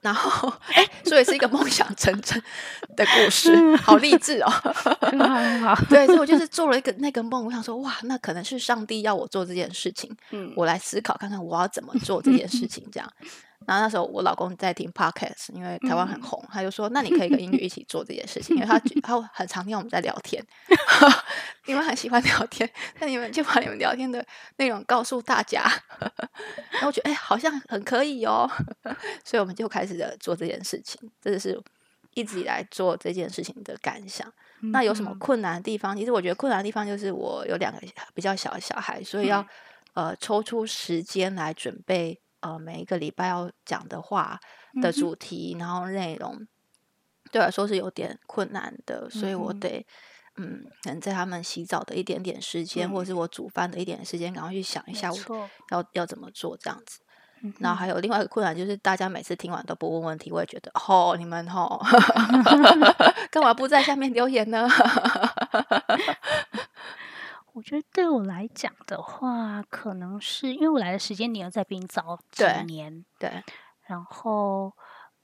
Speaker 1: 然后哎、所以是一个梦想成真的故事，好励志哦！
Speaker 2: *laughs* 很好很好，
Speaker 1: 对，所以我就是做了一个那个梦，我想说哇，那可能是上帝要我做这件事情，
Speaker 2: 嗯，
Speaker 1: 我来思考看看我要怎么做这件事情，这样。然后那时候我老公在听 podcast，因为台湾很红，他就说：“那你可以跟英语一起做这件事情，因为他觉他很常听我们在聊天，你们很喜欢聊天，那你们就把你们聊天的内容告诉大家。”然后我觉得哎、好像很可以哦，所以我们就开始了做这件事情，这就是一直以来做这件事情的感想。那有什么
Speaker 2: 嗯
Speaker 1: 困难的地方？其实我觉得困难的地方就是我有两个比较小的小孩，所以
Speaker 2: 嗯
Speaker 1: 要、呃抽出时间来准备呃每一个礼拜要讲的话的
Speaker 2: 嗯哼
Speaker 1: 主题，然后内容对我来说是有点困难的，所以我
Speaker 2: 嗯哼
Speaker 1: 得。嗯，可能在他们洗澡的一点点时间，或者是我煮饭的一点时间，赶快去想一
Speaker 2: 没
Speaker 1: 下我
Speaker 2: 错，嗯
Speaker 1: 要要怎么做这样子。然后还有另外一个困难就是，大家每次听完都不问问题，我也觉得哦，你们哦， *laughs* 干嘛不在下面留言呢？
Speaker 2: 我觉得对我来讲的话，可能是因为我来的时间你又在比你早几
Speaker 1: 对
Speaker 2: 年，
Speaker 1: 对，
Speaker 2: 然后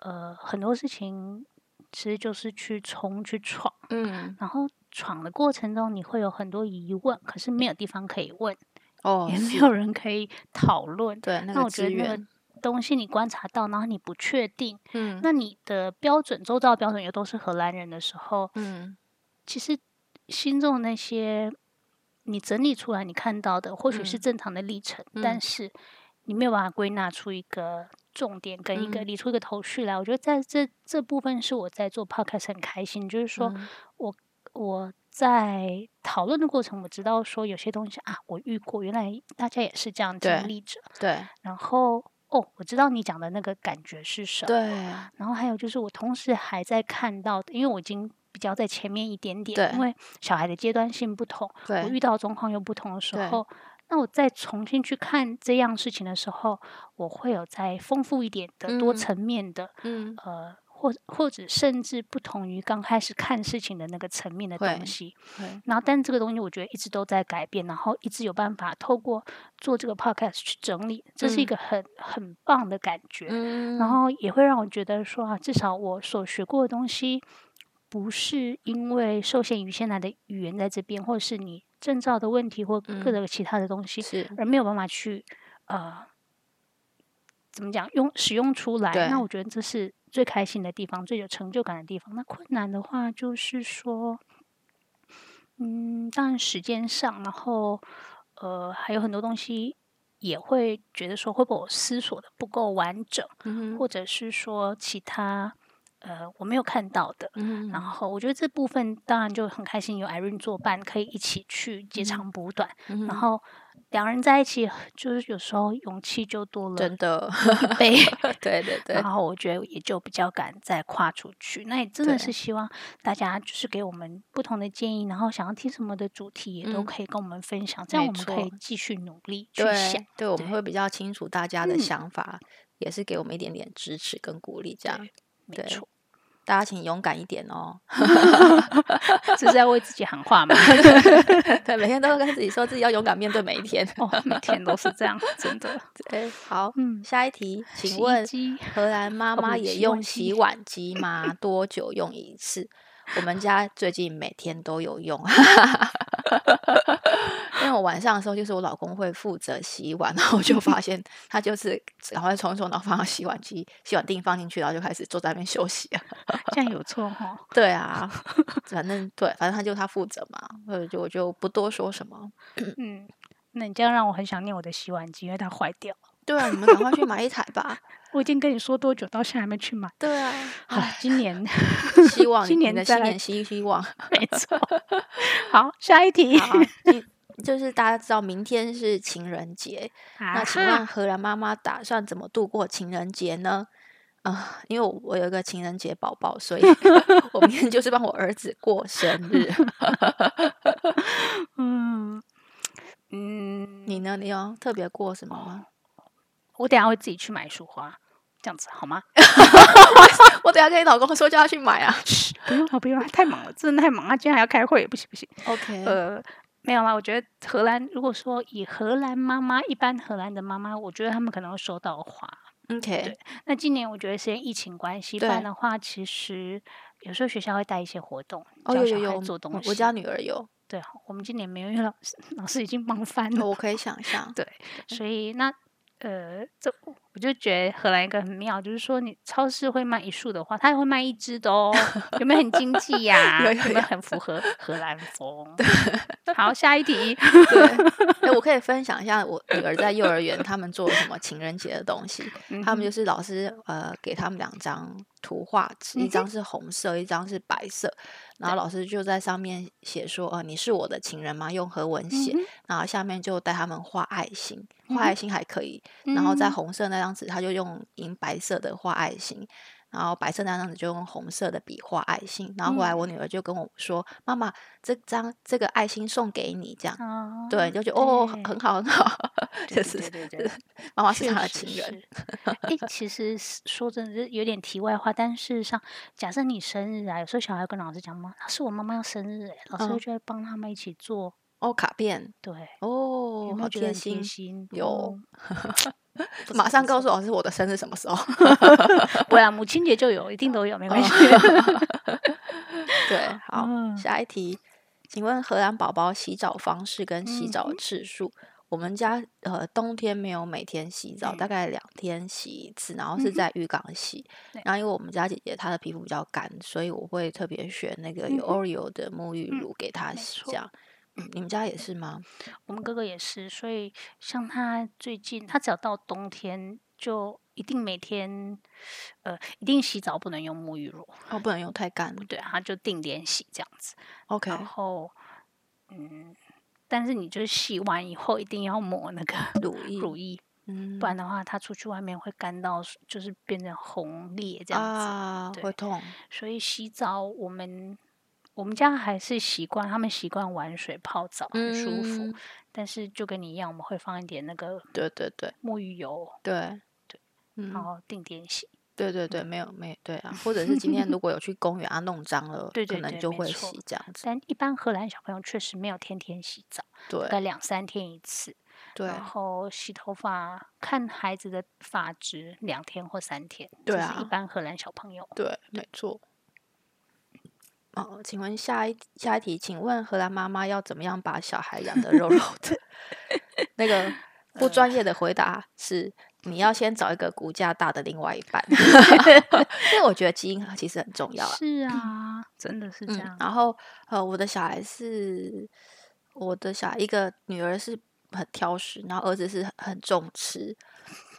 Speaker 2: 呃很多事情其实就是去冲去闯，
Speaker 1: 嗯，
Speaker 2: 然后闯的过程中你会有很多疑问，可是没有地方可以问，
Speaker 1: 哦
Speaker 2: 也，没
Speaker 1: 是
Speaker 2: 有人可以讨论。
Speaker 1: *laughs* 对那
Speaker 2: 那
Speaker 1: 个
Speaker 2: 我觉
Speaker 1: 资
Speaker 2: 得那
Speaker 1: 源，
Speaker 2: 个东西你观察到，然后你不确定，
Speaker 1: 嗯
Speaker 2: 那你的标准周遭的标准又都是荷兰人的时候，
Speaker 1: 嗯，
Speaker 2: 其实心中的那些你整理出来你看到的，或许是
Speaker 1: 嗯
Speaker 2: 正常的历程，
Speaker 1: 嗯
Speaker 2: 但是你没有办法归纳出一个重点跟一个
Speaker 1: 嗯
Speaker 2: 理出一个头绪来。我觉得在这这部分是我在做 podcast 很开心，就是说
Speaker 1: 嗯
Speaker 2: 我在讨论的过程，我知道说有些东西啊，我遇过，原来大家也是这样
Speaker 1: 对
Speaker 2: 经历着，
Speaker 1: 对
Speaker 2: 然后。哦，我知道你讲的那个感觉是什么。
Speaker 1: 对
Speaker 2: 然后还有就是，我同时还在看到的，因为我已经比较在前面一点点，因
Speaker 1: 对
Speaker 2: 为小孩的阶段性不同，我
Speaker 1: 对
Speaker 2: 遇到的状况又不同的时
Speaker 1: 对
Speaker 2: 候，那我再重新去看这样事情的时候，我会有再丰富一点的、多
Speaker 1: 嗯
Speaker 2: 层面的，
Speaker 1: 嗯，
Speaker 2: 呃，或或者甚至不同于刚开始看事情的那个层面的
Speaker 1: 会
Speaker 2: 东西。
Speaker 1: 对
Speaker 2: 然后，但这个东西我觉得一直都在改变，然后一直有办法透过做这个 podcast 去整理，这是一
Speaker 1: 嗯
Speaker 2: 个很很棒的感觉。
Speaker 1: 嗯，
Speaker 2: 然后也会让我觉得说啊，至少我所学过的东西，不是因为受限于现在的语言在这边，或者是你证照的问题或各
Speaker 1: 嗯
Speaker 2: 个其他的东西，
Speaker 1: 是
Speaker 2: 而没有办法去呃，怎么讲用使用出来。
Speaker 1: 对
Speaker 2: 那我觉得这是最开心的地方，最有成就感的地方。那困难的话，就是说，嗯，当然时间上，然后呃，还有很多东西。也会觉得说，会不会我思索的不够完整，
Speaker 1: 嗯哼
Speaker 2: 或者是说其他呃我没有看到的。
Speaker 1: 嗯
Speaker 2: 然
Speaker 1: 哼
Speaker 2: 后我觉得这部分当然就很开心，有 Irene 作伴，可以一起去截
Speaker 1: 嗯
Speaker 2: 长补短。
Speaker 1: 嗯
Speaker 2: 然
Speaker 1: 哼，
Speaker 2: 后两人在一起，就是有时候勇气就多了
Speaker 1: 真的，
Speaker 2: 一倍。
Speaker 1: *laughs* 对对对
Speaker 2: 然，后我觉得也就比较敢再跨出去。那也真的
Speaker 1: 对
Speaker 2: 是希望大家就是给我们不同的建议，然后想要听什么的主题也都
Speaker 1: 嗯
Speaker 2: 可以跟我们分享，这样
Speaker 1: 没
Speaker 2: 我们可以
Speaker 1: 错
Speaker 2: 继续努力去想
Speaker 1: 对。对，我们
Speaker 2: 对
Speaker 1: 会比较清楚大家的
Speaker 2: 嗯
Speaker 1: 想法，也是给我们一点点支持跟鼓励，这样
Speaker 2: 对，没
Speaker 1: 对
Speaker 2: 错，
Speaker 1: 大家请勇敢一点
Speaker 2: *laughs*
Speaker 1: 哦。
Speaker 2: 这是在为自己喊
Speaker 1: *laughs*
Speaker 2: 话嘛？
Speaker 1: 对，每天都会跟自己说自己要勇敢面对每一天。 *laughs*
Speaker 2: 哦，每天都是这样，真的。
Speaker 1: 对，好，
Speaker 2: 嗯，
Speaker 1: 下一题，请
Speaker 2: 洗衣
Speaker 1: 问
Speaker 2: 机
Speaker 1: 荷兰妈 *laughs*
Speaker 2: 哦不
Speaker 1: 妈
Speaker 2: 是
Speaker 1: 也
Speaker 2: 洗
Speaker 1: 用
Speaker 2: 碗机
Speaker 1: 洗碗机吗？多久用一次？我们家最近每天都有用， *laughs* 因为我晚上的时候就是我老公会负责洗碗，然后我就发 *laughs* 现他就是赶快冲一冲，然后放到洗碗机、洗碗钉放进去，然后就开始坐在那边休息了。
Speaker 2: 这样有错哈、
Speaker 1: *laughs* 对啊，反正对，反正他就他负责嘛，我就我就不多说什么。
Speaker 2: 嗯，那你这样让我很想念我的洗碗机，因为它坏掉了。
Speaker 1: 对啊，你们赶快去买一台吧。
Speaker 2: 我已经跟你说多久，到现在还没去买。
Speaker 1: *laughs* 对啊，
Speaker 2: 好了，今年
Speaker 1: 希望
Speaker 2: *laughs* 今
Speaker 1: 你
Speaker 2: 年
Speaker 1: 的
Speaker 2: 再
Speaker 1: 新
Speaker 2: 来
Speaker 1: 年希希望。
Speaker 2: 没错。 *laughs* 好，下一题。
Speaker 1: *laughs* 好，啊你就是大家知道明天是情人节，那请
Speaker 2: 啊
Speaker 1: 问
Speaker 2: 哈
Speaker 1: 荷兰妈妈打算怎么度过情人节呢？啊、因为我我有一个情人节宝宝， *laughs* 所以我明天就是帮我儿子过生日。
Speaker 2: 嗯嗯，
Speaker 1: 你呢？你有特别过什么吗？
Speaker 2: 我等一下会自己去买一束花，这样子好吗？
Speaker 1: *laughs* 我等一下跟你老公说叫他去买啊。
Speaker 2: 不用了，不用了，太忙了，真的太忙了，今天还要开会，不行不行。
Speaker 1: *laughs* OK，、
Speaker 2: 呃，没有啦，我觉得荷兰，如果说以荷兰妈妈，一般荷兰的妈妈，我觉得他们可能会收到花。
Speaker 1: 嗯 OK，
Speaker 2: 那今年我觉得是因为疫情关系，不然
Speaker 1: 对
Speaker 2: 的话，其实有时候学校会带一些活动，
Speaker 1: 哦
Speaker 2: 教
Speaker 1: 有
Speaker 2: 小
Speaker 1: 有
Speaker 2: 孩
Speaker 1: 有，
Speaker 2: 做
Speaker 1: 我
Speaker 2: 东西。
Speaker 1: 我家女儿有，
Speaker 2: 对，我们今年没有，因为老师 *laughs* 老师已经忙翻了，
Speaker 1: 哦我可以想象。
Speaker 2: 对，所以那呃，这我就觉得荷兰一个很妙，就是说你超市会卖一束的话，它也会卖一支的哦，有没有很经济呀、
Speaker 1: *laughs* 有有
Speaker 2: 没
Speaker 1: 有
Speaker 2: 有很符合荷兰风？
Speaker 1: *laughs*
Speaker 2: 好，下一题。
Speaker 1: 对， *laughs* 哎、我可以分享一下我女儿在幼儿园他们做了什么情人节的东西。
Speaker 2: 嗯
Speaker 1: 他们就
Speaker 2: 哼
Speaker 1: 是老师呃给他们两张图画纸，一
Speaker 2: 嗯哼
Speaker 1: 张是红色，一张是白色，然后老师就在上面写说，呃，你是我的情人吗？用和文写，
Speaker 2: 嗯
Speaker 1: 然后下面就带他们画爱心，
Speaker 2: 嗯
Speaker 1: 画
Speaker 2: 哼
Speaker 1: 爱心还可以，然后在
Speaker 2: 嗯
Speaker 1: 红色那张纸，他就用银白色的画爱心。然后白色那张纸就用红色的笔画爱心，然后后来
Speaker 2: 嗯
Speaker 1: 我女儿就跟我说：“妈妈，这张这个爱心送给你。”这样，
Speaker 2: 啊，
Speaker 1: 对，就觉得哦，
Speaker 2: 对
Speaker 1: 很好，很好，
Speaker 2: 对
Speaker 1: *laughs* 就是
Speaker 2: 对对对对
Speaker 1: 妈妈是他的
Speaker 2: 确
Speaker 1: 情
Speaker 2: 实
Speaker 1: 人， *laughs*
Speaker 2: 是。哎，其实是说真的，就是有点题外话，但事实上，假设你生日啊，有时候小孩跟老师讲妈，是我妈妈要生日、欸，老
Speaker 1: 嗯
Speaker 2: 师就会帮他们一起做。
Speaker 1: 哦，卡片，
Speaker 2: 对，
Speaker 1: 哦
Speaker 2: 有，
Speaker 1: 好
Speaker 2: 没有觉
Speaker 1: 贴
Speaker 2: 得很贴
Speaker 1: 心，
Speaker 2: 心？
Speaker 1: 有
Speaker 2: 嗯，不
Speaker 1: 马
Speaker 2: 错
Speaker 1: 上
Speaker 2: 不
Speaker 1: 告
Speaker 2: 错
Speaker 1: 诉老师我的生日什么时候。 *laughs*
Speaker 2: 不啊然母亲节就有，一定都有，没关系。
Speaker 1: 对，哦 *laughs* 好，
Speaker 2: 嗯
Speaker 1: 下一题，请问荷兰宝宝洗澡方式跟洗
Speaker 2: 嗯
Speaker 1: 澡次数？我们家呃冬天没有每天洗澡，大
Speaker 2: 对
Speaker 1: 概两天洗一次，然后是
Speaker 2: 嗯哼
Speaker 1: 在浴缸洗。
Speaker 2: 对
Speaker 1: 然后因为我们家姐姐她的皮肤比较干，所以我会特别选那个有
Speaker 2: 嗯哼
Speaker 1: Oreo 的沐浴
Speaker 2: 嗯
Speaker 1: 乳给她
Speaker 2: 没
Speaker 1: 洗，这
Speaker 2: 错
Speaker 1: 样。嗯，你们家也是吗？
Speaker 2: 我们哥哥也是，所以像他最近，他只要到冬天就一定每天，呃，一定洗澡不能用沐浴乳，
Speaker 1: 哦，不能用太干。
Speaker 2: 对，啊他就定点洗这样子。
Speaker 1: OK，
Speaker 2: 然后，嗯，但是你就是洗完以后一定要抹那个
Speaker 1: *laughs* 乳液，
Speaker 2: 乳液，
Speaker 1: 嗯，
Speaker 2: 不然的话它出去外面会干到，就是变成红裂这样子。
Speaker 1: 啊
Speaker 2: 对
Speaker 1: 会痛。
Speaker 2: 所以洗澡我们。我们家还是习惯，他们习惯玩水泡澡，很舒服。
Speaker 1: 嗯
Speaker 2: 但是就跟你一样，我们会放一点那个
Speaker 1: 对对对
Speaker 2: 沐浴油，
Speaker 1: 对
Speaker 2: 对，
Speaker 1: 嗯
Speaker 2: 然，后定点洗。
Speaker 1: 对对
Speaker 2: 嗯
Speaker 1: 对，没有没对啊，或者是今天如果有去公园啊弄脏了，
Speaker 2: 对
Speaker 1: 可
Speaker 2: 对
Speaker 1: 能
Speaker 2: 对
Speaker 1: 就
Speaker 2: 没
Speaker 1: 会
Speaker 2: 错
Speaker 1: 洗这样子。
Speaker 2: 但一般荷兰小朋友确实没有天天洗澡，大概
Speaker 1: 对
Speaker 2: 两三天一次。
Speaker 1: 对
Speaker 2: 然后洗头发，看孩子的发质，两天或三天。
Speaker 1: 对
Speaker 2: 这是
Speaker 1: 啊
Speaker 2: 一般荷兰小朋友。
Speaker 1: 对，没错。哦，请问下一下一题，请问荷兰妈妈要怎么样把小孩养得肉肉的？ *laughs* 那
Speaker 2: *laughs*
Speaker 1: 个不专
Speaker 2: 呃
Speaker 1: 业的回答是，
Speaker 2: 嗯
Speaker 1: 你要先找一个骨架大的另外一
Speaker 2: *laughs*
Speaker 1: 半， *laughs* 因为我觉得基因其实很重要啊。
Speaker 2: 是啊， *clears throat* 真的是这样
Speaker 1: 嗯。。然后呃，我的小孩是我的小孩，一个女儿是很挑食，然后儿子是很很重吃。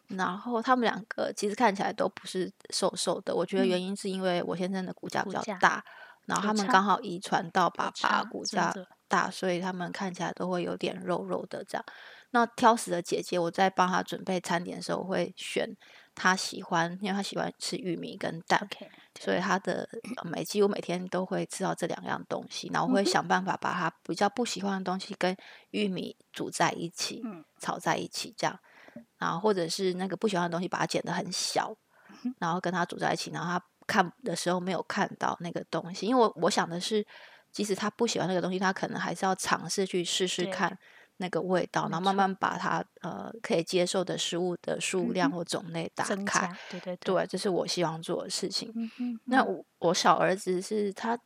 Speaker 1: 然后他们两个其实看起来都不是瘦瘦的，我觉得
Speaker 2: 嗯
Speaker 1: 原因是因为我先生的骨架比
Speaker 2: 骨
Speaker 1: 较
Speaker 2: 架
Speaker 1: 大，然后
Speaker 2: 有
Speaker 1: 他们
Speaker 2: 差
Speaker 1: 刚好遗传到爸爸
Speaker 2: 差
Speaker 1: 骨
Speaker 2: 真
Speaker 1: 架
Speaker 2: 的
Speaker 1: 大，所以他们看起来都会有点肉肉的这样。那挑食的姐姐，我在帮她准备餐点的时候，我会选她喜欢，因为她喜欢吃玉米跟蛋，
Speaker 2: OK，
Speaker 1: 所以他的呃每几乎每天都会吃到这两样东西，然后我会
Speaker 2: 嗯哼
Speaker 1: 想办法把他比较不喜欢的东西跟玉米煮在一起，
Speaker 2: 嗯
Speaker 1: 炒在一起这样，然后或者是那个不喜欢的东西把它剪得很小，
Speaker 2: 嗯
Speaker 1: 然后跟它煮在一起，然后他看的时候没有看到那个东西，因为我我想的是，即使他不喜欢那个东西，他可能还是要尝试去试试
Speaker 2: 对
Speaker 1: 看。那个味道，然
Speaker 2: 没
Speaker 1: 后慢
Speaker 2: 错
Speaker 1: 慢把它呃可以接受的食物的数量
Speaker 2: 嗯
Speaker 1: 或种类打
Speaker 2: 增
Speaker 1: 开，
Speaker 2: 加，对对对。
Speaker 1: 对，这是我希望做的事情。
Speaker 2: 嗯哼
Speaker 1: 那
Speaker 2: 嗯
Speaker 1: 我我小儿子是他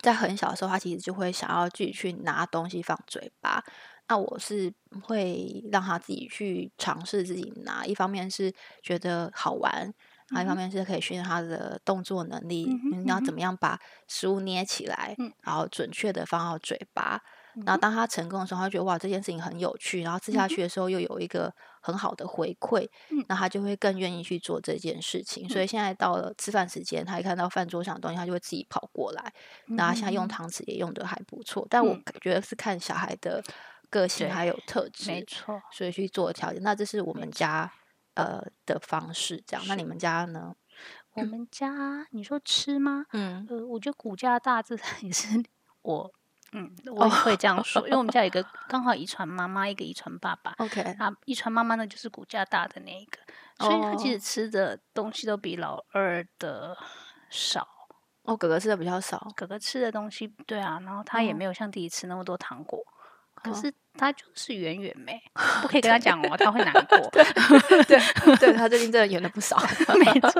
Speaker 1: 在很小的时候，他其实就会想要自己去拿东西放嘴巴。那我是会让他自己去尝试自己拿，一方面是觉得好玩，啊然后一方
Speaker 2: 嗯哼
Speaker 1: 面是可以训练他的动作能力，
Speaker 2: 嗯
Speaker 1: 你
Speaker 2: 哼
Speaker 1: 要
Speaker 2: 嗯
Speaker 1: 怎么样把食物捏起来，
Speaker 2: 嗯
Speaker 1: 然后准确的放到嘴巴。
Speaker 2: 嗯
Speaker 1: 然后
Speaker 2: 哼
Speaker 1: 当他成功的时候，他觉得哇这件事情很有趣，然后吃下
Speaker 2: 嗯哼
Speaker 1: 去的时候又有一个很好的回馈，那他就会更愿意去做这件事情。所以现在到了吃饭时间，他一看到饭桌上的东西，他就会自己跑过来。
Speaker 2: 嗯
Speaker 1: 然后他现在用
Speaker 2: 哼
Speaker 1: 汤匙也用的还不错，但我
Speaker 2: 嗯
Speaker 1: 觉得是看小孩的个性
Speaker 2: 对
Speaker 1: 还有特
Speaker 2: 嗯没
Speaker 1: 质，
Speaker 2: 错。
Speaker 1: 所以去做调整。那这是我们家呃的方式，这样。那
Speaker 2: 是
Speaker 1: 你们家呢？
Speaker 2: 我们家你说吃吗？
Speaker 1: 嗯，
Speaker 2: 呃，我觉得骨架大这也是 *laughs* 我，嗯，我也会这样说，因为我们家有一个
Speaker 1: 哦 *laughs*
Speaker 2: 刚好遗传妈妈，一个遗传爸爸。
Speaker 1: OK，
Speaker 2: 啊，遗传妈妈呢就是骨架大的那一个，所以她其
Speaker 1: 哦
Speaker 2: 实吃的东西都比老二的少，
Speaker 1: 哦，哥哥吃的比较少，
Speaker 2: 哥哥吃的东西对啊，然后他也
Speaker 1: 哦
Speaker 2: 没有像弟弟吃那么多糖果，可
Speaker 1: 哦
Speaker 2: 是他就是圆圆
Speaker 1: *laughs*
Speaker 2: 没，不可以跟他讲哦，他会难过。
Speaker 1: 嗯对他最近真的演的不少。 *laughs*
Speaker 2: 没错，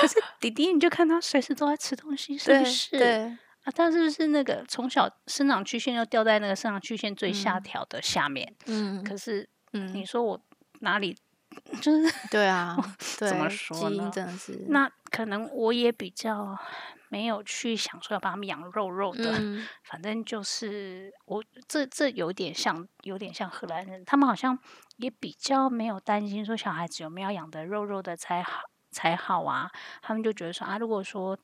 Speaker 2: 可是弟弟你就看他随时都在吃东西，是
Speaker 1: 对
Speaker 2: 不是？
Speaker 1: 对，
Speaker 2: 啊，他是不是那个从小生长曲线又掉在那个生长曲线最下
Speaker 1: 嗯
Speaker 2: 条的下面？
Speaker 1: 嗯
Speaker 2: 可是你
Speaker 1: 嗯，
Speaker 2: 说我哪里就是
Speaker 1: 对 *laughs* 啊，对，
Speaker 2: 么说
Speaker 1: 基因
Speaker 2: 呢
Speaker 1: 真的是
Speaker 2: 那可能我也比较没有去想说要把他们养肉肉的，
Speaker 1: 嗯
Speaker 2: 反正就是我这这有点像，有点像荷兰人，他们好像也比较没有担心说小孩子有没有养的肉肉的才好才好啊，他们就觉得说啊，如果说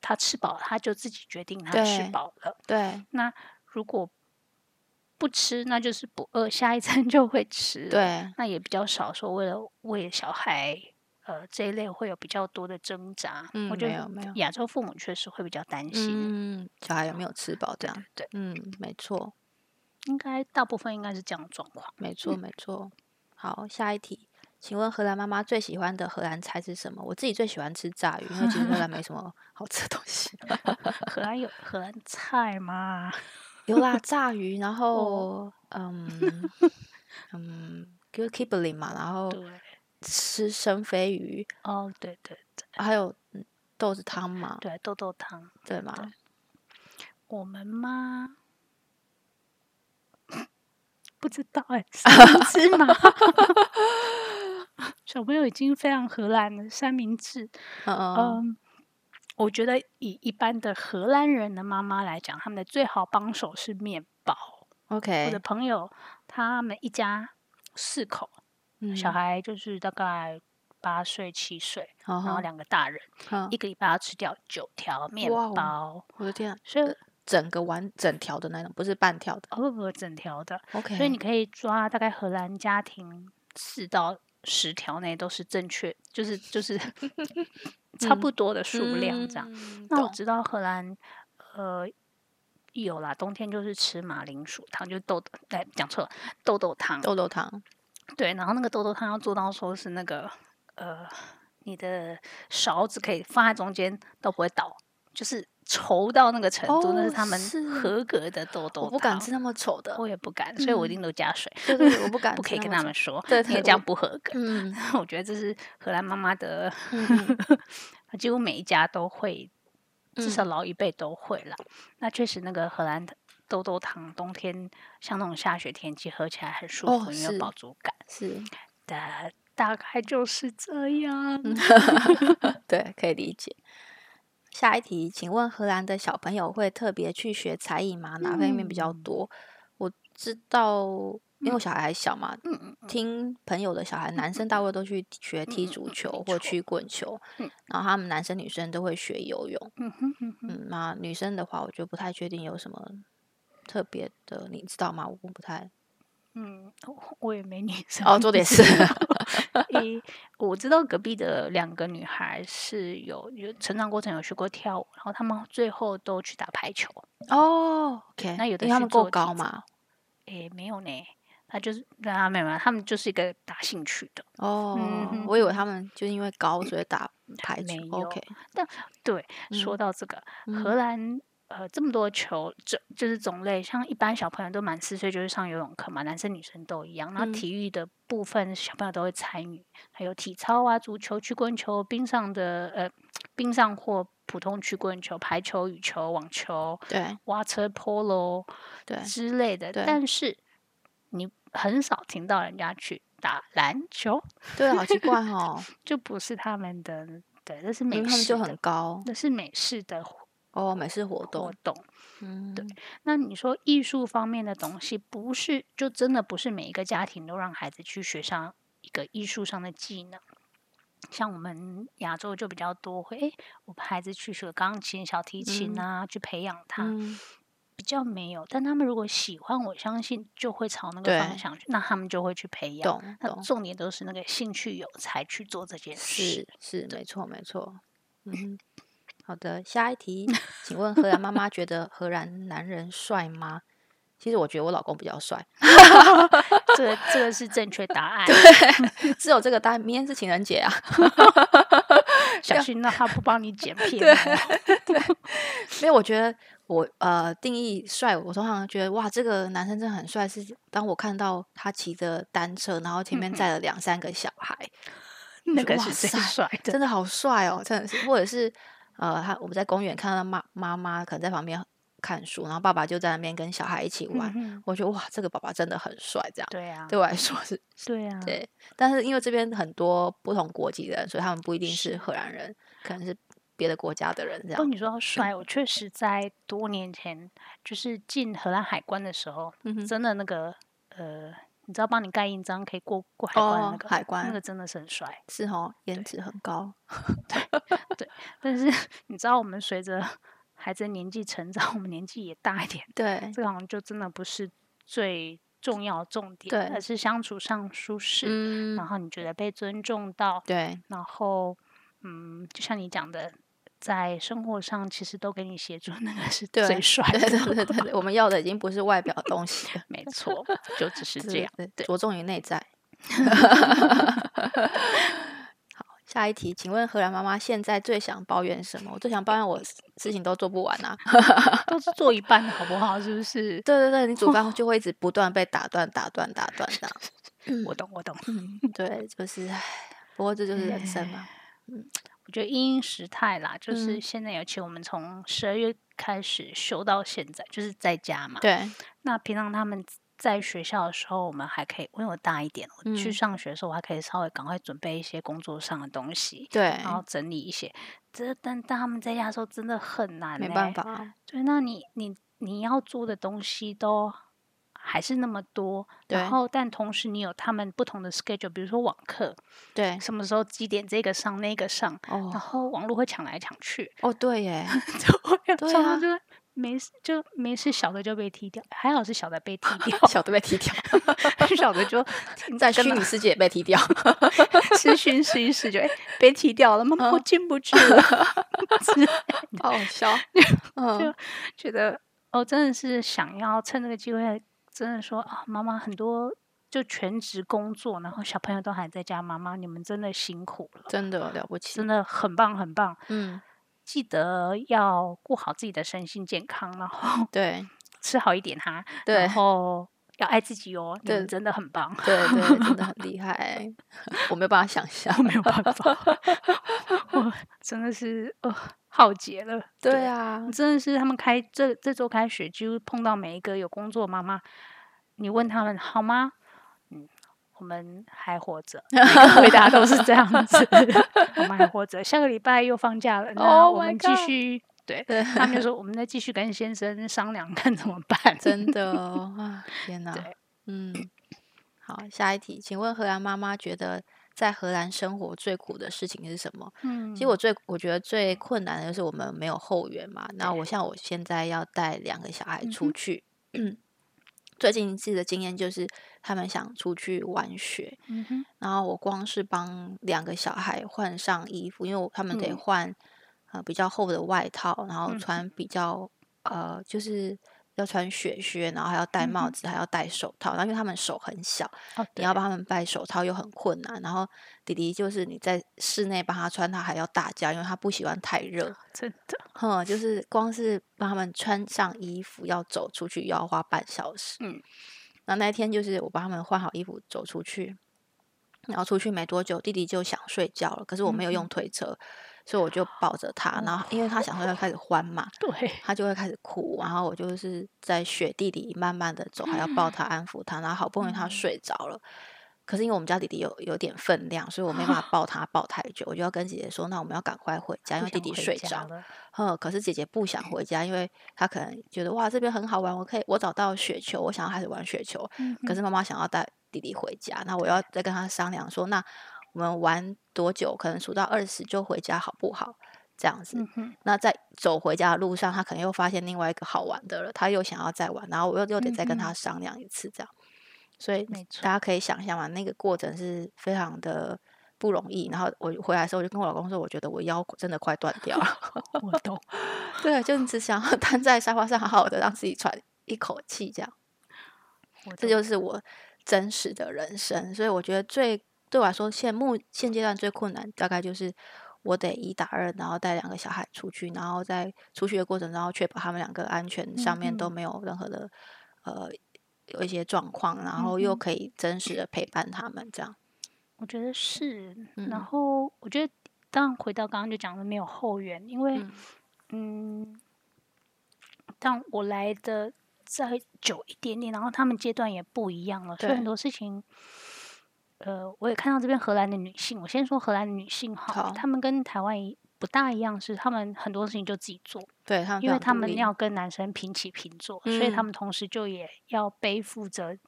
Speaker 2: 他吃饱了，他就自己决定他吃
Speaker 1: 对
Speaker 2: 饱了。
Speaker 1: 对
Speaker 2: 那如果不吃，那就是不饿，下一餐就会吃。，
Speaker 1: 对
Speaker 2: 那也比较少说为了喂小孩呃这一类会有比较多的挣扎。
Speaker 1: 嗯
Speaker 2: 我觉
Speaker 1: 没有没有
Speaker 2: 得亚洲父母确实会比较担心。
Speaker 1: 嗯，小孩有没有吃饱这
Speaker 2: 对
Speaker 1: 样？
Speaker 2: 对对，
Speaker 1: 嗯，没错，
Speaker 2: 应该大部分应该是这样的状况。
Speaker 1: 没错，没错。好，下一题，请问荷兰妈妈最喜欢的荷兰菜是什么？我自己最喜欢吃炸鱼，因为其实荷兰没什 *laughs* 么好吃的东西。
Speaker 2: 荷兰有荷兰菜吗？ *laughs*
Speaker 1: 有啦，炸鱼，然后 *laughs* 嗯嗯，就 kibling 嘛，然后
Speaker 2: 对，
Speaker 1: 吃生飞鱼，
Speaker 2: 哦，对对对
Speaker 1: 还有嗯豆子汤嘛，
Speaker 2: 对，豆豆汤。
Speaker 1: 对吗？
Speaker 2: 我们吗？ *laughs* 不知道哎、三明治吗？ *laughs* 小朋友已经非常荷兰了，三明治。
Speaker 1: 嗯嗯，
Speaker 2: 嗯，我觉得以一般的荷兰人的妈妈来讲，他们的最好帮手是面包。我的
Speaker 1: OK，
Speaker 2: 朋友他们一家四口，
Speaker 1: 嗯
Speaker 2: 小，孩就是大概八岁七岁，
Speaker 1: 然
Speaker 2: 然后两个大人，一个礼拜要吃掉九条面
Speaker 1: 哇哦
Speaker 2: 包，
Speaker 1: 我的天啊，
Speaker 2: 所以
Speaker 1: 整个完整条的那种，不是半条的。
Speaker 2: 哦不不整条的，
Speaker 1: OK，
Speaker 2: 所以你可以抓大概荷兰家庭四到十条内都是正确，就是就是 *laughs* 差不多的数量这样。
Speaker 1: 嗯
Speaker 2: 那我
Speaker 1: 懂
Speaker 2: 知道荷兰呃有啦，冬天就是吃马铃薯汤，就是豆豆，哎讲错了，豆豆汤。
Speaker 1: 豆豆汤，
Speaker 2: 对，然后那个豆豆汤要做到说是那个呃，你的勺子可以放在中间都不会倒，就是稠到那个程度，那
Speaker 1: 哦
Speaker 2: 是他们
Speaker 1: 是
Speaker 2: 合格的豆豆汤。
Speaker 1: 我不敢吃，那么丑的，
Speaker 2: 我也不敢，所以我
Speaker 1: 嗯
Speaker 2: 一定都加水。
Speaker 1: 对对，对我不敢，
Speaker 2: *laughs* 不可以跟他们。说，
Speaker 1: 对
Speaker 2: *laughs* 因为
Speaker 1: 对
Speaker 2: 这样
Speaker 1: 我
Speaker 2: 不合
Speaker 1: *laughs*
Speaker 2: 格。
Speaker 1: 嗯
Speaker 2: 我觉得这是荷兰妈妈的，
Speaker 1: 嗯
Speaker 2: *laughs* 几乎每一家都会，至
Speaker 1: 嗯
Speaker 2: 少老一辈都会啦。那确实，那个荷兰的豆豆汤，冬天像那种下雪天气，喝起来很舒
Speaker 1: 哦
Speaker 2: 服，也有
Speaker 1: 是
Speaker 2: 饱足感
Speaker 1: 是，
Speaker 2: 的。大概就是这样。
Speaker 1: 嗯对，可以理解。下一题，请问荷兰的小朋友会特别去学才艺吗？哪方面比较
Speaker 2: 嗯
Speaker 1: 多？我知道，因为我小孩还小嘛，
Speaker 2: 嗯嗯，
Speaker 1: 听朋友的小孩，男生大部分都去学踢足球
Speaker 2: 没
Speaker 1: 或
Speaker 2: 错
Speaker 1: 曲棍球
Speaker 2: 嗯，
Speaker 1: 然后他们男生女生都会学游泳。
Speaker 2: 嗯哼嗯哼，
Speaker 1: 嗯，那女生的话，我就不太确定有什么特别的，你知道吗？我不太
Speaker 2: 嗯，我我也没女生
Speaker 1: 哦，做的也是 *laughs*
Speaker 2: 一，我知道隔壁的两个女孩是有有成长过程有学过跳舞，然后她们最后都去打排球。
Speaker 1: 哦。OK，
Speaker 2: 那有的
Speaker 1: 因为他
Speaker 2: 去
Speaker 1: 们够
Speaker 2: 做
Speaker 1: 高
Speaker 2: 体操
Speaker 1: 嘛？
Speaker 2: 诶，没有呢，她就是对啊，没有没有，她们就是一个打兴趣的。
Speaker 1: 哦，
Speaker 2: 嗯
Speaker 1: 我以为他们就是因为高所以打排
Speaker 2: 没
Speaker 1: 球。
Speaker 2: 有
Speaker 1: OK，
Speaker 2: 对，
Speaker 1: 嗯
Speaker 2: 说到这个，
Speaker 1: 嗯
Speaker 2: 荷兰呃这么多球种就是种类，像一般小朋友都满四岁就是上游泳课嘛，男生女生都一样。然
Speaker 1: 嗯
Speaker 2: 后体育的部分小朋友都会参与，还有体操啊、足球、曲棍球、冰上的呃冰上或普通曲棍球、排球、羽球、网球、
Speaker 1: 对
Speaker 2: 蛙车、polo
Speaker 1: 对，
Speaker 2: *laughs* 之类的。
Speaker 1: 对
Speaker 2: 但是你很少听到人家去打篮球，
Speaker 1: 对，好奇怪哦，
Speaker 2: 就不是他们的。对，这是
Speaker 1: 因为
Speaker 2: 美
Speaker 1: 他们
Speaker 2: 式
Speaker 1: 就很
Speaker 2: 的，
Speaker 1: 高
Speaker 2: 这是美式的
Speaker 1: 哦，美式活
Speaker 2: 活
Speaker 1: 动，
Speaker 2: 动。
Speaker 1: 嗯，
Speaker 2: 对那你说艺术方面的东西，不是就真的不是每一个家庭都让孩子去学上一个艺术上的技能。像我们亚洲就比较多会，诶，我们孩子去学钢琴、小提琴
Speaker 1: 嗯
Speaker 2: 啊，去培养他，
Speaker 1: 嗯，
Speaker 2: 比较没有。但他们如果喜欢，我相信就会朝那个
Speaker 1: 对
Speaker 2: 方向去，那他们就会去培养。
Speaker 1: 懂
Speaker 2: 那
Speaker 1: 懂，
Speaker 2: 重点都是那个兴趣有才去做这件事
Speaker 1: 是。是，没错没错，嗯哼。好的，下一题，请问荷兰妈妈觉得荷兰男人帅吗？其实我觉得我老公比较帅，
Speaker 2: 这个这个是正确答
Speaker 1: *laughs*
Speaker 2: 案，
Speaker 1: 只有这个单，明天是情人节啊。
Speaker 2: 小心让他不帮
Speaker 1: *laughs*
Speaker 2: 你剪片
Speaker 1: 啊对
Speaker 2: 哦。
Speaker 1: 因为我觉得我呃定义帅，我通常觉得哇，这个男生真的很帅，是当我看到他骑着单车，然
Speaker 2: 嗯
Speaker 1: 后前面载了两三个小孩，
Speaker 2: 那个
Speaker 1: 哇
Speaker 2: 是最
Speaker 1: 塞
Speaker 2: 帅的。嗯
Speaker 1: 真的好帅哦，真的是，或者是呃，他我们在公园看到他妈妈妈可能在旁边看书，然后爸爸就在那边跟小孩一起玩，
Speaker 2: 嗯哼
Speaker 1: 我觉得哇，这个爸爸真的很帅，这样
Speaker 2: 对啊，
Speaker 1: 对我来说是
Speaker 2: 对啊，
Speaker 1: 对，但是因为这边很多不同国籍的人，所以他们不一定是
Speaker 2: 是
Speaker 1: 荷兰人，可能是别的国家的人这
Speaker 2: 不过
Speaker 1: 样。
Speaker 2: 哦你说到帅，我确实在多年前，就是进荷兰海关的时候，
Speaker 1: 嗯哼，
Speaker 2: 真的那个呃，你知道帮你盖印章可以过过海关的那
Speaker 1: 哦
Speaker 2: 个、
Speaker 1: 海关
Speaker 2: 那个真的是很帅。
Speaker 1: 是哦，颜值很高，
Speaker 2: 但是 *laughs* 你知道，我们随着
Speaker 1: 嗯
Speaker 2: 孩子的年纪成长，我们年纪也大一点，
Speaker 1: 对，
Speaker 2: 这个好像就真的不是最重要重点，
Speaker 1: 对
Speaker 2: 而是相处上舒适，
Speaker 1: 嗯
Speaker 2: 然后你觉得被尊重到，
Speaker 1: 对，
Speaker 2: 然后嗯，就像你讲的，在生活上其实都给你协助，那个是
Speaker 1: 对
Speaker 2: 最帅
Speaker 1: 对
Speaker 2: 的，，
Speaker 1: 对对对对，我们要的已经不是外表的东西了
Speaker 2: 没错，就只是这
Speaker 1: 对
Speaker 2: 样。，
Speaker 1: 对着重于内在。 *laughs* 好，下一题，请问荷兰妈妈现在最想抱怨什么？我最想抱怨我事情都做不完啊！ *laughs*
Speaker 2: 都是做一半的好不好？是不是？
Speaker 1: 对对对，你煮饭就会一直不断被打断、打断、打断
Speaker 2: *laughs*
Speaker 1: 这样。
Speaker 2: 我懂，我懂。
Speaker 1: 对，就是，唉不过这就是人生嘛。
Speaker 2: 我觉得因应时态啦，就是
Speaker 1: 嗯
Speaker 2: 现在，尤其我们从十二月开始休到现在，就是在家嘛。
Speaker 1: 对，
Speaker 2: 那平常他们在学校的时候，我们还可以，因为我大一点，我去
Speaker 1: 嗯
Speaker 2: 上学的时候，我还可以稍微赶快准备一些工作上的东西，
Speaker 1: 对，
Speaker 2: 然后整理一些。这但但他们在家的时候真的很难、欸
Speaker 1: 没办。法，
Speaker 2: 对，那你你你要做的东西都还是那么多，
Speaker 1: 对
Speaker 2: 然后但同时你有他们不同的 schedule，比如说网课，
Speaker 1: 对，
Speaker 2: 什么时候几点这个上那个上，然
Speaker 1: 哦
Speaker 2: 后网络会抢来抢去， *laughs*
Speaker 1: 哦，对耶，
Speaker 2: 就会有
Speaker 1: 对
Speaker 2: 常
Speaker 1: 啊
Speaker 2: 常就会没事就没事，小的就被踢掉，还好是小的被踢
Speaker 1: *laughs*
Speaker 2: 掉，
Speaker 1: 小的被踢
Speaker 2: *laughs*
Speaker 1: 掉，
Speaker 2: 小的
Speaker 1: *laughs*
Speaker 2: 就
Speaker 1: 在
Speaker 2: 跟
Speaker 1: 虚
Speaker 2: 妈 *laughs*
Speaker 1: 拟世界也被踢掉。
Speaker 2: 试训试一试就哎被踢掉了，妈妈我进不
Speaker 1: *laughs*
Speaker 2: 去了，是
Speaker 1: 好 *laughs* 笑，嗯，
Speaker 2: 觉得哦真的是想要趁这个机会，真的说啊妈妈很多。就全职工作，然后小朋友都还在家，妈妈你们真的辛苦了，
Speaker 1: 真的了不起
Speaker 2: 真，的很棒很棒。
Speaker 1: 嗯，
Speaker 2: 记得要顾好自己的身心健康，然后
Speaker 1: 对
Speaker 2: 吃好一点哈，
Speaker 1: 对
Speaker 2: 然后要爱自己哦，你
Speaker 1: 对
Speaker 2: 们真的很棒， *laughs*
Speaker 1: 对对，真的很厉害欸，我没有办法想象
Speaker 2: 我。没有办法， *laughs* 我真的是呃浩劫了，
Speaker 1: 对啊，
Speaker 2: 真的是他们开这这周开学，几乎碰到每一个有工作的妈妈，你问他们好吗？嗯，我们还
Speaker 1: *laughs*
Speaker 2: 活着，每个回答 *laughs* 都是这样子，我们还活着。下个礼拜又放假了，那
Speaker 1: Oh
Speaker 2: 我
Speaker 1: my
Speaker 2: 们继
Speaker 1: God
Speaker 2: 续。对
Speaker 1: 对
Speaker 2: 他
Speaker 1: *laughs*
Speaker 2: 们就说，我们再继续跟先生商量看怎么办。
Speaker 1: 真的哦啊，天哪
Speaker 2: 对，
Speaker 1: 嗯，好，下一题，请问荷兰妈妈觉得在荷兰生活最苦的事情是什么？
Speaker 2: 嗯，
Speaker 1: 其实我最我觉得最困难的就是我们没有后援嘛。那我像我现在要带两个小孩
Speaker 2: 嗯
Speaker 1: 出去，最近一次的经验就是他们想出去玩雪，
Speaker 2: 嗯哼，
Speaker 1: 然后我光是帮两个小孩换上衣服，因为我他们得
Speaker 2: 嗯
Speaker 1: 换、呃比较厚的外套，然后
Speaker 2: 嗯
Speaker 1: 穿比较、呃就是要穿雪靴，然后还要戴帽
Speaker 2: 嗯哼
Speaker 1: 子，还要戴手套。然后因为他们手很小，
Speaker 2: 哦，
Speaker 1: 你
Speaker 2: 对
Speaker 1: 要帮他们戴手套又很困难。然后弟弟就是你在室内帮他穿，他还要打架，因为他不喜欢太热。
Speaker 2: 真的，
Speaker 1: 哼，就是光是帮他们穿上衣服要走出去，要花半小时。
Speaker 2: 嗯，
Speaker 1: 然后那一天就是我帮他们换好衣服走出去，然后出去没多久，弟弟就想睡觉了，可是我
Speaker 2: 嗯
Speaker 1: 没有用推车，所以我就抱着他，然后因为他想睡觉开始欢嘛，
Speaker 2: 对，
Speaker 1: 他就会开始哭，然后我就是在雪地里慢慢的走，还要抱他安抚他，然后好不容易他
Speaker 2: 嗯
Speaker 1: 睡着了。可是因为我们家弟弟有有点分量，所以我没
Speaker 2: *laughs*
Speaker 1: 办法抱他抱太久，我就要跟姐姐说，那我们要赶快回家，因
Speaker 2: 不
Speaker 1: 为弟
Speaker 2: 想
Speaker 1: 弟
Speaker 2: 回
Speaker 1: 睡
Speaker 2: 家
Speaker 1: 着
Speaker 2: 了，
Speaker 1: 嗯，可是姐姐不想
Speaker 2: 嗯
Speaker 1: 回家，因为她可能觉得哇这边很好玩，我可以我找到雪球，我想要开始玩雪球。
Speaker 2: 嗯
Speaker 1: 可
Speaker 2: 哼
Speaker 1: 是妈妈想要带弟弟回家，那我要再跟他商量说，那我们玩多久？可能数到二十就回家好不好？这样子。
Speaker 2: 嗯哼，
Speaker 1: 那在走回家的路上，他可能又发现另外一个好玩的了，他又想要再玩，然后我又又得再跟
Speaker 2: 嗯
Speaker 1: 他
Speaker 2: 哼
Speaker 1: 商量一次，这样。所以
Speaker 2: 没
Speaker 1: 大家可以想象嘛，那个过程是非常的不容易。然后我回来的时候，我就跟我老公说，我觉得我腰真的快断掉了。
Speaker 2: 我懂，
Speaker 1: *laughs* 对，就你只想要瘫在沙发上，好好的让自己喘一口气，这样， *laughs*
Speaker 2: 我
Speaker 1: 这
Speaker 2: 懂
Speaker 1: 就是我真实的人生。所以我觉得最对我来说，现目现阶段最困难，大概就是我得一打二，然后带两个小孩出去，然后在出去的过程中，要确保他们两个安全上面都
Speaker 2: 嗯哼
Speaker 1: 没有任何的呃有一些状况，然后又
Speaker 2: 嗯哼
Speaker 1: 可以真实的陪伴他们，这样。
Speaker 2: 我觉得是。
Speaker 1: 嗯
Speaker 2: 然后我觉得，当然回到刚刚就讲的没有后援，因为
Speaker 1: 嗯
Speaker 2: 嗯，但我来的再久一点点，然后他们阶段也不一样了，所以
Speaker 1: 对
Speaker 2: 很多事情。呃，我也看到这边荷兰的女性，我先说荷兰的女性
Speaker 1: 好
Speaker 2: 哈，她们跟台湾一不大一样，是她们很多事情就自己做，
Speaker 1: 啊对他们非
Speaker 2: 因为
Speaker 1: 常独立，
Speaker 2: 他们要跟男生平起平坐，所以他
Speaker 1: 嗯
Speaker 2: 们同时就也要背负着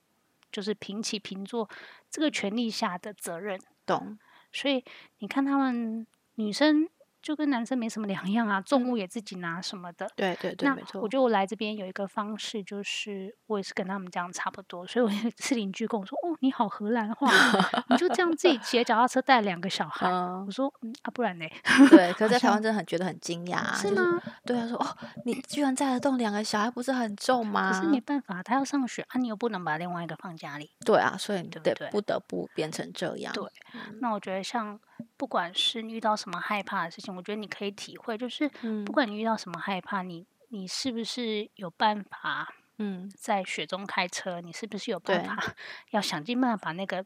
Speaker 2: 就是平起平坐这个权利下的责任。
Speaker 1: 懂，
Speaker 2: 所以你看他们女生就跟男生没什么两样啊，重物也自己拿什么的。
Speaker 1: 对嗯对对，
Speaker 2: 那
Speaker 1: 没
Speaker 2: 我
Speaker 1: 错，嗯
Speaker 2: 觉得我来这边有一个方式，就是我也是跟他们这样差不多，所以我也 *laughs* 是邻居跟我说：“哦，你好荷兰话哦，你就这样自己骑着脚踏车带两个小孩。”
Speaker 1: 嗯
Speaker 2: 我，说：“嗯啊，不然呢？
Speaker 1: 对。可是，在台
Speaker 2: 像
Speaker 1: 湾真的很觉得很惊讶、啊，
Speaker 2: 是
Speaker 1: 就是
Speaker 2: 吗？
Speaker 1: 对啊，说哦，你居然载得动两个小孩，不是很重吗？
Speaker 2: 可是没办法，他要上学啊，你又不能把另外一个放家里。
Speaker 1: 对啊，所以你
Speaker 2: 对不
Speaker 1: 得
Speaker 2: 对
Speaker 1: 不得不变成这样。
Speaker 2: 对
Speaker 1: 嗯
Speaker 2: 那我觉得，像不管是你遇到什么害怕的事情，我觉得你可以体会，就是
Speaker 1: 嗯
Speaker 2: 不管你遇到什么害怕，你你是不是有办法
Speaker 1: 嗯，
Speaker 2: 在雪中开车？你是不是有办
Speaker 1: 对
Speaker 2: 法要想尽办法把那个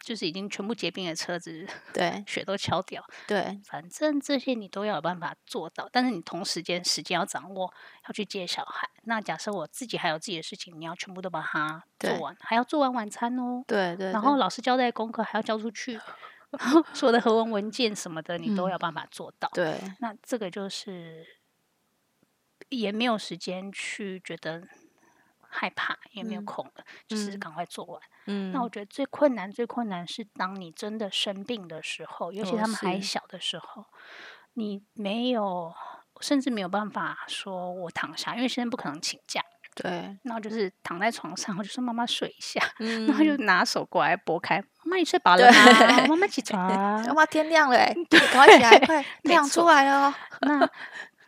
Speaker 2: 就是已经全部结冰的车子 *laughs*
Speaker 1: 对
Speaker 2: 雪都敲掉？
Speaker 1: 对
Speaker 2: 反正这些你都要有办法做到，但是你同时间时间要掌握，要去接小孩。那假设我自己还有自己的事情，你要全部都把它做
Speaker 1: 对
Speaker 2: 完，还要做完晚餐哦。
Speaker 1: 对对，对
Speaker 2: 然后老师交代功课还要交出
Speaker 1: *laughs*
Speaker 2: 去， *laughs* 然后所有的合文文件什么的，你
Speaker 1: 嗯
Speaker 2: 都要办法做到。
Speaker 1: 对
Speaker 2: 那这个就是也没有时间去觉得害怕，也没有
Speaker 1: 嗯
Speaker 2: 恐了，就是
Speaker 1: 嗯
Speaker 2: 赶快做完。
Speaker 1: 嗯，
Speaker 2: 那我觉得最困难、最困难是当你真的生病的时候，尤其
Speaker 1: 哦
Speaker 2: 他们还
Speaker 1: 是
Speaker 2: 小的时候，你没有。甚至没有办法说我躺下，因为现在不可能请假，
Speaker 1: 对，
Speaker 2: 然后就是躺在床上，我就说妈妈睡一下， *laughs*
Speaker 1: 嗯 *laughs*
Speaker 2: 然后就拿手过来拨开，妈妈你睡饱了
Speaker 1: 对
Speaker 2: 吗？妈妈起床。
Speaker 1: 哇，天
Speaker 2: *laughs*
Speaker 1: 亮了哎，赶快起来，快
Speaker 2: 没
Speaker 1: 太阳出
Speaker 2: 错
Speaker 1: 来了哦。
Speaker 2: 那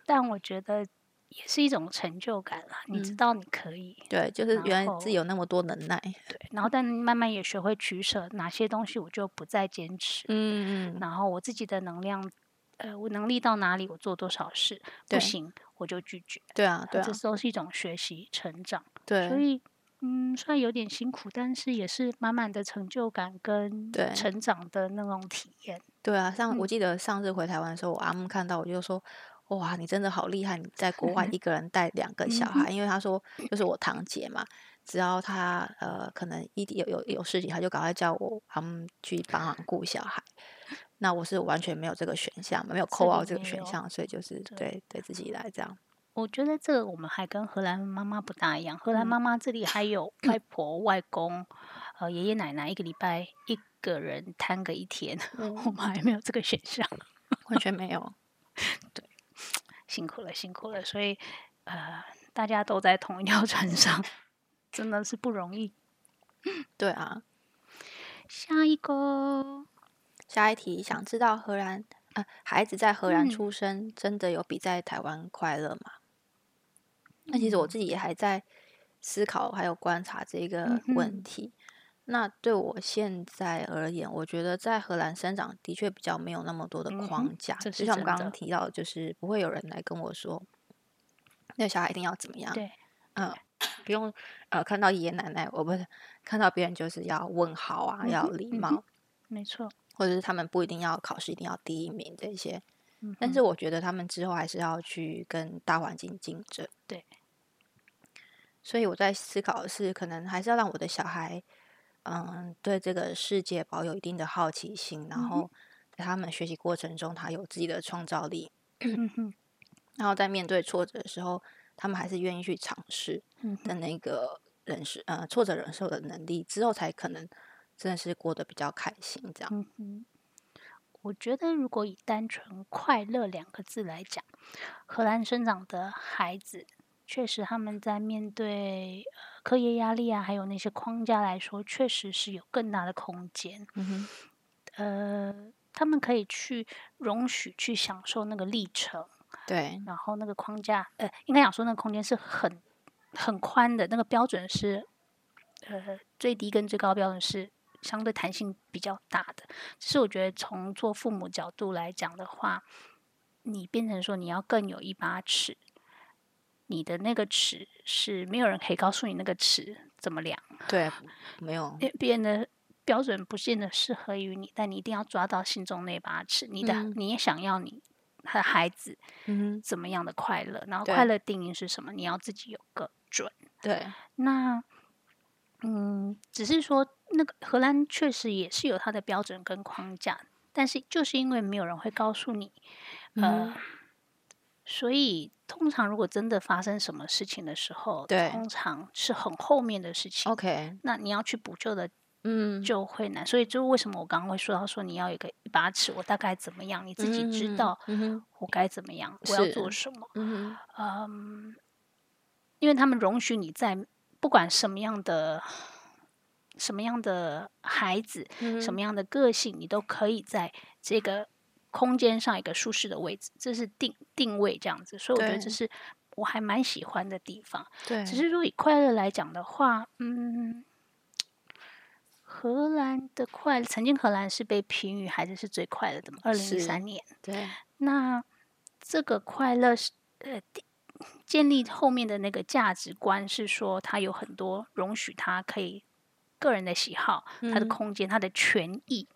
Speaker 2: 但我觉得也是一种成就感啦，你知
Speaker 1: 嗯
Speaker 2: 道你可以，
Speaker 1: 对，就是
Speaker 2: 然
Speaker 1: 原来自己
Speaker 2: 后
Speaker 1: 有那么多能耐。
Speaker 2: 然后但慢慢也学会取舍，哪些东西我就不再坚持，
Speaker 1: 嗯嗯，
Speaker 2: 然后我自己的能量，呃，我能力到哪里，我做多少事，不
Speaker 1: 对
Speaker 2: 行我就拒绝，
Speaker 1: 对啊对啊
Speaker 2: 这都是一种学习成长，所
Speaker 1: 对
Speaker 2: 以。嗯，虽然有点辛苦，但是也是满满的成就感跟
Speaker 1: 对
Speaker 2: 成长的那种体验。
Speaker 1: 对啊。上我
Speaker 2: 嗯
Speaker 1: 记得上次回台湾的时候，我阿姆看到我就说。哇，你真的好厉害！你在国
Speaker 2: *laughs*
Speaker 1: 外一个人带两个
Speaker 2: 嗯
Speaker 1: 小孩，因为他说就是我堂姐嘛，只要她呃可能一有有有事情，他就赶快叫我他们去帮忙顾小孩。那我是完全没有这个选项嘛，没有
Speaker 2: 这
Speaker 1: 扣
Speaker 2: 里
Speaker 1: 到这个
Speaker 2: 没
Speaker 1: 选
Speaker 2: 有
Speaker 1: 项，所以就是
Speaker 2: 对
Speaker 1: 对对自己来这样。
Speaker 2: 我觉得这个我们还跟荷兰妈妈不大一样，荷兰
Speaker 1: 嗯
Speaker 2: 妈妈这里还有外婆、外公、呃爷爷奶奶，一个礼拜一个人摊个一天， *laughs* 我
Speaker 1: 嗯，
Speaker 2: 们还没有这个选项，
Speaker 1: 完全没有。
Speaker 2: 辛苦了，辛苦了。所以呃，大家都在同一条船上，真的是不容易。
Speaker 1: 对啊，
Speaker 2: 下一个，
Speaker 1: 下一题，想知道荷兰呃孩子在荷兰
Speaker 2: 嗯
Speaker 1: 出生真的有比在台湾快乐吗？那其实
Speaker 2: 嗯
Speaker 1: 我自己也还在思考还有观察这个
Speaker 2: 嗯哼
Speaker 1: 问题。那对我现在而言，我觉得在荷兰生长的确比较没有那么多的
Speaker 2: 嗯哼
Speaker 1: 框架，
Speaker 2: 这是
Speaker 1: 就像我们
Speaker 2: 真
Speaker 1: 刚刚
Speaker 2: 的
Speaker 1: 提到的，就是不会有人来跟我说，那小孩一定要怎么样，
Speaker 2: 对，
Speaker 1: 嗯，不用呃看到爷爷奶奶，我不是看到别人就是要问好啊，
Speaker 2: 嗯
Speaker 1: 要
Speaker 2: 哼
Speaker 1: 礼
Speaker 2: 嗯哼
Speaker 1: 貌，
Speaker 2: 没错，
Speaker 1: 或者是他们不一定要考试一定要第一名这些，
Speaker 2: 嗯
Speaker 1: 但
Speaker 2: 哼
Speaker 1: 是我觉得他们之后还是要去跟大环境竞争。
Speaker 2: 对，
Speaker 1: 所以我在思考的是，可能还是要让我的小孩，嗯，对这个世界保有一定的好奇心，然
Speaker 2: 嗯哼
Speaker 1: 后在他们学习过程中，他有自己的创造力，
Speaker 2: 嗯哼
Speaker 1: 然后在面对挫折的时候，他们还是愿意去尝试
Speaker 2: 嗯哼
Speaker 1: 的那个忍受，呃，挫折忍受的能力之后，才可能真的是过得比较开心这样。
Speaker 2: 嗯哼，我觉得如果以单纯快乐两个字来讲，荷兰生长的孩子，确实他们在面对呃课业压力啊，还有那些框架来说，确实是有更大的空间。
Speaker 1: 嗯哼，
Speaker 2: 呃，他们可以去容许去享受那个历程，
Speaker 1: 对，
Speaker 2: 然后那个框架，呃，应该讲说那个空间是很很宽的，那个标准是，呃，最低跟最高标准是相对弹性比较大的。只是我觉得从做父母角度来讲的话，你变成说你要更有一把尺，你的那个尺是没有人可以告诉你那个尺怎么量，
Speaker 1: 对，没有，
Speaker 2: 因为别人的。标准不见得适合于你，但你一定要抓到心中那把尺。你的、
Speaker 1: 嗯
Speaker 2: 你也想要你的孩子
Speaker 1: 嗯哼，
Speaker 2: 怎么样的快乐，然后
Speaker 1: 对
Speaker 2: 快乐定义是什么，你要自己有个准。
Speaker 1: 对，
Speaker 2: 那嗯，只是说那个荷兰确实也是有它的标准跟框架，但是就是因为没有人会告诉你，呃，
Speaker 1: 嗯
Speaker 2: 所以通常如果真的发生什么事情的时候，
Speaker 1: 对
Speaker 2: 通常是很后面的事情。
Speaker 1: ，OK，
Speaker 2: 那你要去补救的
Speaker 1: 嗯，
Speaker 2: 就会难。所以就为什么我刚刚会说到说你要有一个一把尺，我大概怎么样，你自己知道
Speaker 1: 嗯哼，
Speaker 2: 我该怎么样，我要
Speaker 1: 是
Speaker 2: 做什么。
Speaker 1: 嗯哼，
Speaker 2: 嗯，因为他们容许你在不管什么样的、什么样的孩子、
Speaker 1: 嗯哼
Speaker 2: 什么样的个性，你都可以在这个空间上一个舒适的位置，这是定定位这样子。所以我觉得
Speaker 1: 对
Speaker 2: 这是我还蛮喜欢的地方。
Speaker 1: 对，
Speaker 2: 只是如果以快乐来讲的话，嗯，荷兰的快乐，曾经荷兰是被评语孩子是最快乐的嘛，二零一
Speaker 1: 是
Speaker 2: 三年。
Speaker 1: 对，
Speaker 2: 那这个快乐是呃，第建立后面的那个价值观是说，他有很多容许他可以个人的喜好、他的
Speaker 1: 嗯
Speaker 2: 空间、他的权益。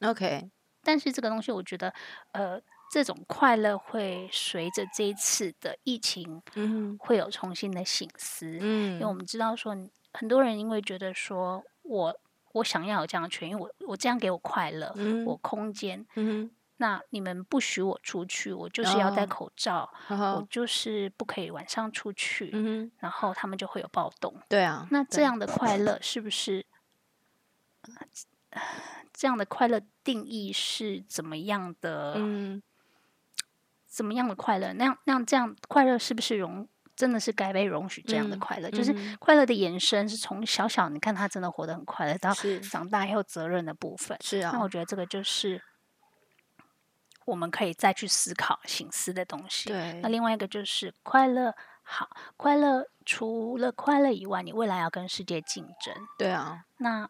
Speaker 1: OK，
Speaker 2: 但是这个东西，我觉得，呃，这种快乐会随着这一次的疫情
Speaker 1: 嗯哼
Speaker 2: 会有重新的醒思，因为我
Speaker 1: 嗯，
Speaker 2: 们知道说，很多人因为觉得说我我想要有这样的权益，我我这样给我快乐，
Speaker 1: 嗯
Speaker 2: 我空间，
Speaker 1: 嗯
Speaker 2: 那你们不许我出去，我就是要戴
Speaker 1: 哦
Speaker 2: 口罩，
Speaker 1: 哼，好
Speaker 2: 我
Speaker 1: 好，
Speaker 2: 就是不可以晚上出去，
Speaker 1: 哦嗯哼，
Speaker 2: 然后他们就会有暴动。
Speaker 1: 对啊，
Speaker 2: 那这
Speaker 1: 对
Speaker 2: 样的快乐是不是？呃这样的快乐定义是怎么样的？
Speaker 1: 嗯，
Speaker 2: 怎么样的快乐？那样那样这样快乐是不是容真的是该被容许这样的
Speaker 1: 嗯
Speaker 2: 快乐？就是
Speaker 1: 嗯
Speaker 2: 快乐的延伸是从小小，你看他真的活得很快乐，到
Speaker 1: 是
Speaker 2: 长大以后责任的部分。
Speaker 1: 是
Speaker 2: 那
Speaker 1: 啊
Speaker 2: 我，觉得这个就是我们可以再去思考、醒思的东西。
Speaker 1: 对
Speaker 2: 那，另
Speaker 1: 嗯
Speaker 2: 外一个就是快乐，好，快乐除了快乐以外，你未来要跟世界竞争。
Speaker 1: 对啊，
Speaker 2: 那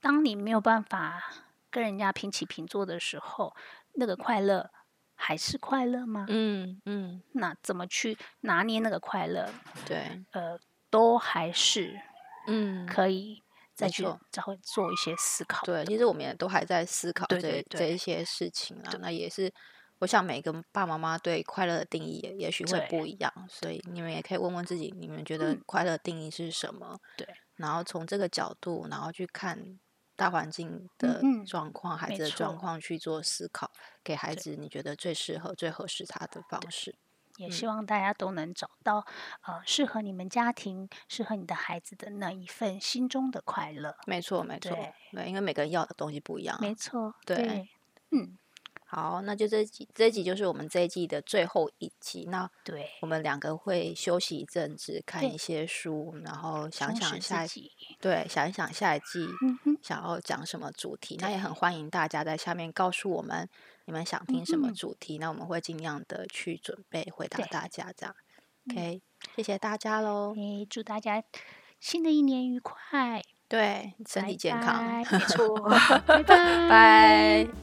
Speaker 2: 当你没有办法跟人家平起平坐的时候，那个快乐还是快乐吗？
Speaker 1: 嗯嗯，
Speaker 2: 那怎么去拿捏那个快乐？
Speaker 1: 对，
Speaker 2: 呃，都还是
Speaker 1: 嗯，
Speaker 2: 可以再
Speaker 1: 没
Speaker 2: 去
Speaker 1: 错
Speaker 2: 再会做一些思考。
Speaker 1: 对，其实我们也都还在思考
Speaker 2: 对
Speaker 1: 这
Speaker 2: 对对
Speaker 1: 这一些事情啊。那也是，我想每个爸妈妈对快乐的定义也也许会
Speaker 2: 对
Speaker 1: 不一样，所以你们也可以问问自己，你们觉得
Speaker 2: 嗯
Speaker 1: 快乐的定义是什么？
Speaker 2: 对，
Speaker 1: 然后从这个角度，然后去看大环境的
Speaker 2: 嗯
Speaker 1: 状况、孩
Speaker 2: 没
Speaker 1: 子的状
Speaker 2: 错
Speaker 1: 况去做思考，给孩
Speaker 2: 对
Speaker 1: 子你觉得最适合、最合适他的方式。
Speaker 2: 也
Speaker 1: 嗯
Speaker 2: 希望大家都能找到呃适合你们家庭、适合你的孩子的那一份心中的快乐。
Speaker 1: 没错，没错
Speaker 2: 对，
Speaker 1: 对，因为每个人要的东西不一样啊。
Speaker 2: 没错，
Speaker 1: 对
Speaker 2: 嗯，
Speaker 1: 好，那就这一集，这一集就是我们这一季的最后一集。那
Speaker 2: 对，
Speaker 1: 我们两个会休息一阵子，看
Speaker 2: 对
Speaker 1: 一些书，然后想
Speaker 2: 充
Speaker 1: 想
Speaker 2: 实
Speaker 1: 下
Speaker 2: 自
Speaker 1: 一
Speaker 2: 己。
Speaker 1: 对想一想下一季
Speaker 2: 嗯哼，
Speaker 1: 想要讲什么主题。那也很欢迎大家在下面告诉我们你们想听什么
Speaker 2: 嗯
Speaker 1: 主题，那我们会尽量的去准备回答
Speaker 2: 对
Speaker 1: 大家。这样
Speaker 2: 嗯
Speaker 1: ，OK，谢谢大家喽。
Speaker 2: 诶，祝大家新的一年愉快，
Speaker 1: 对，身体健康， *laughs*
Speaker 2: 拜拜没错，拜拜。
Speaker 1: 拜。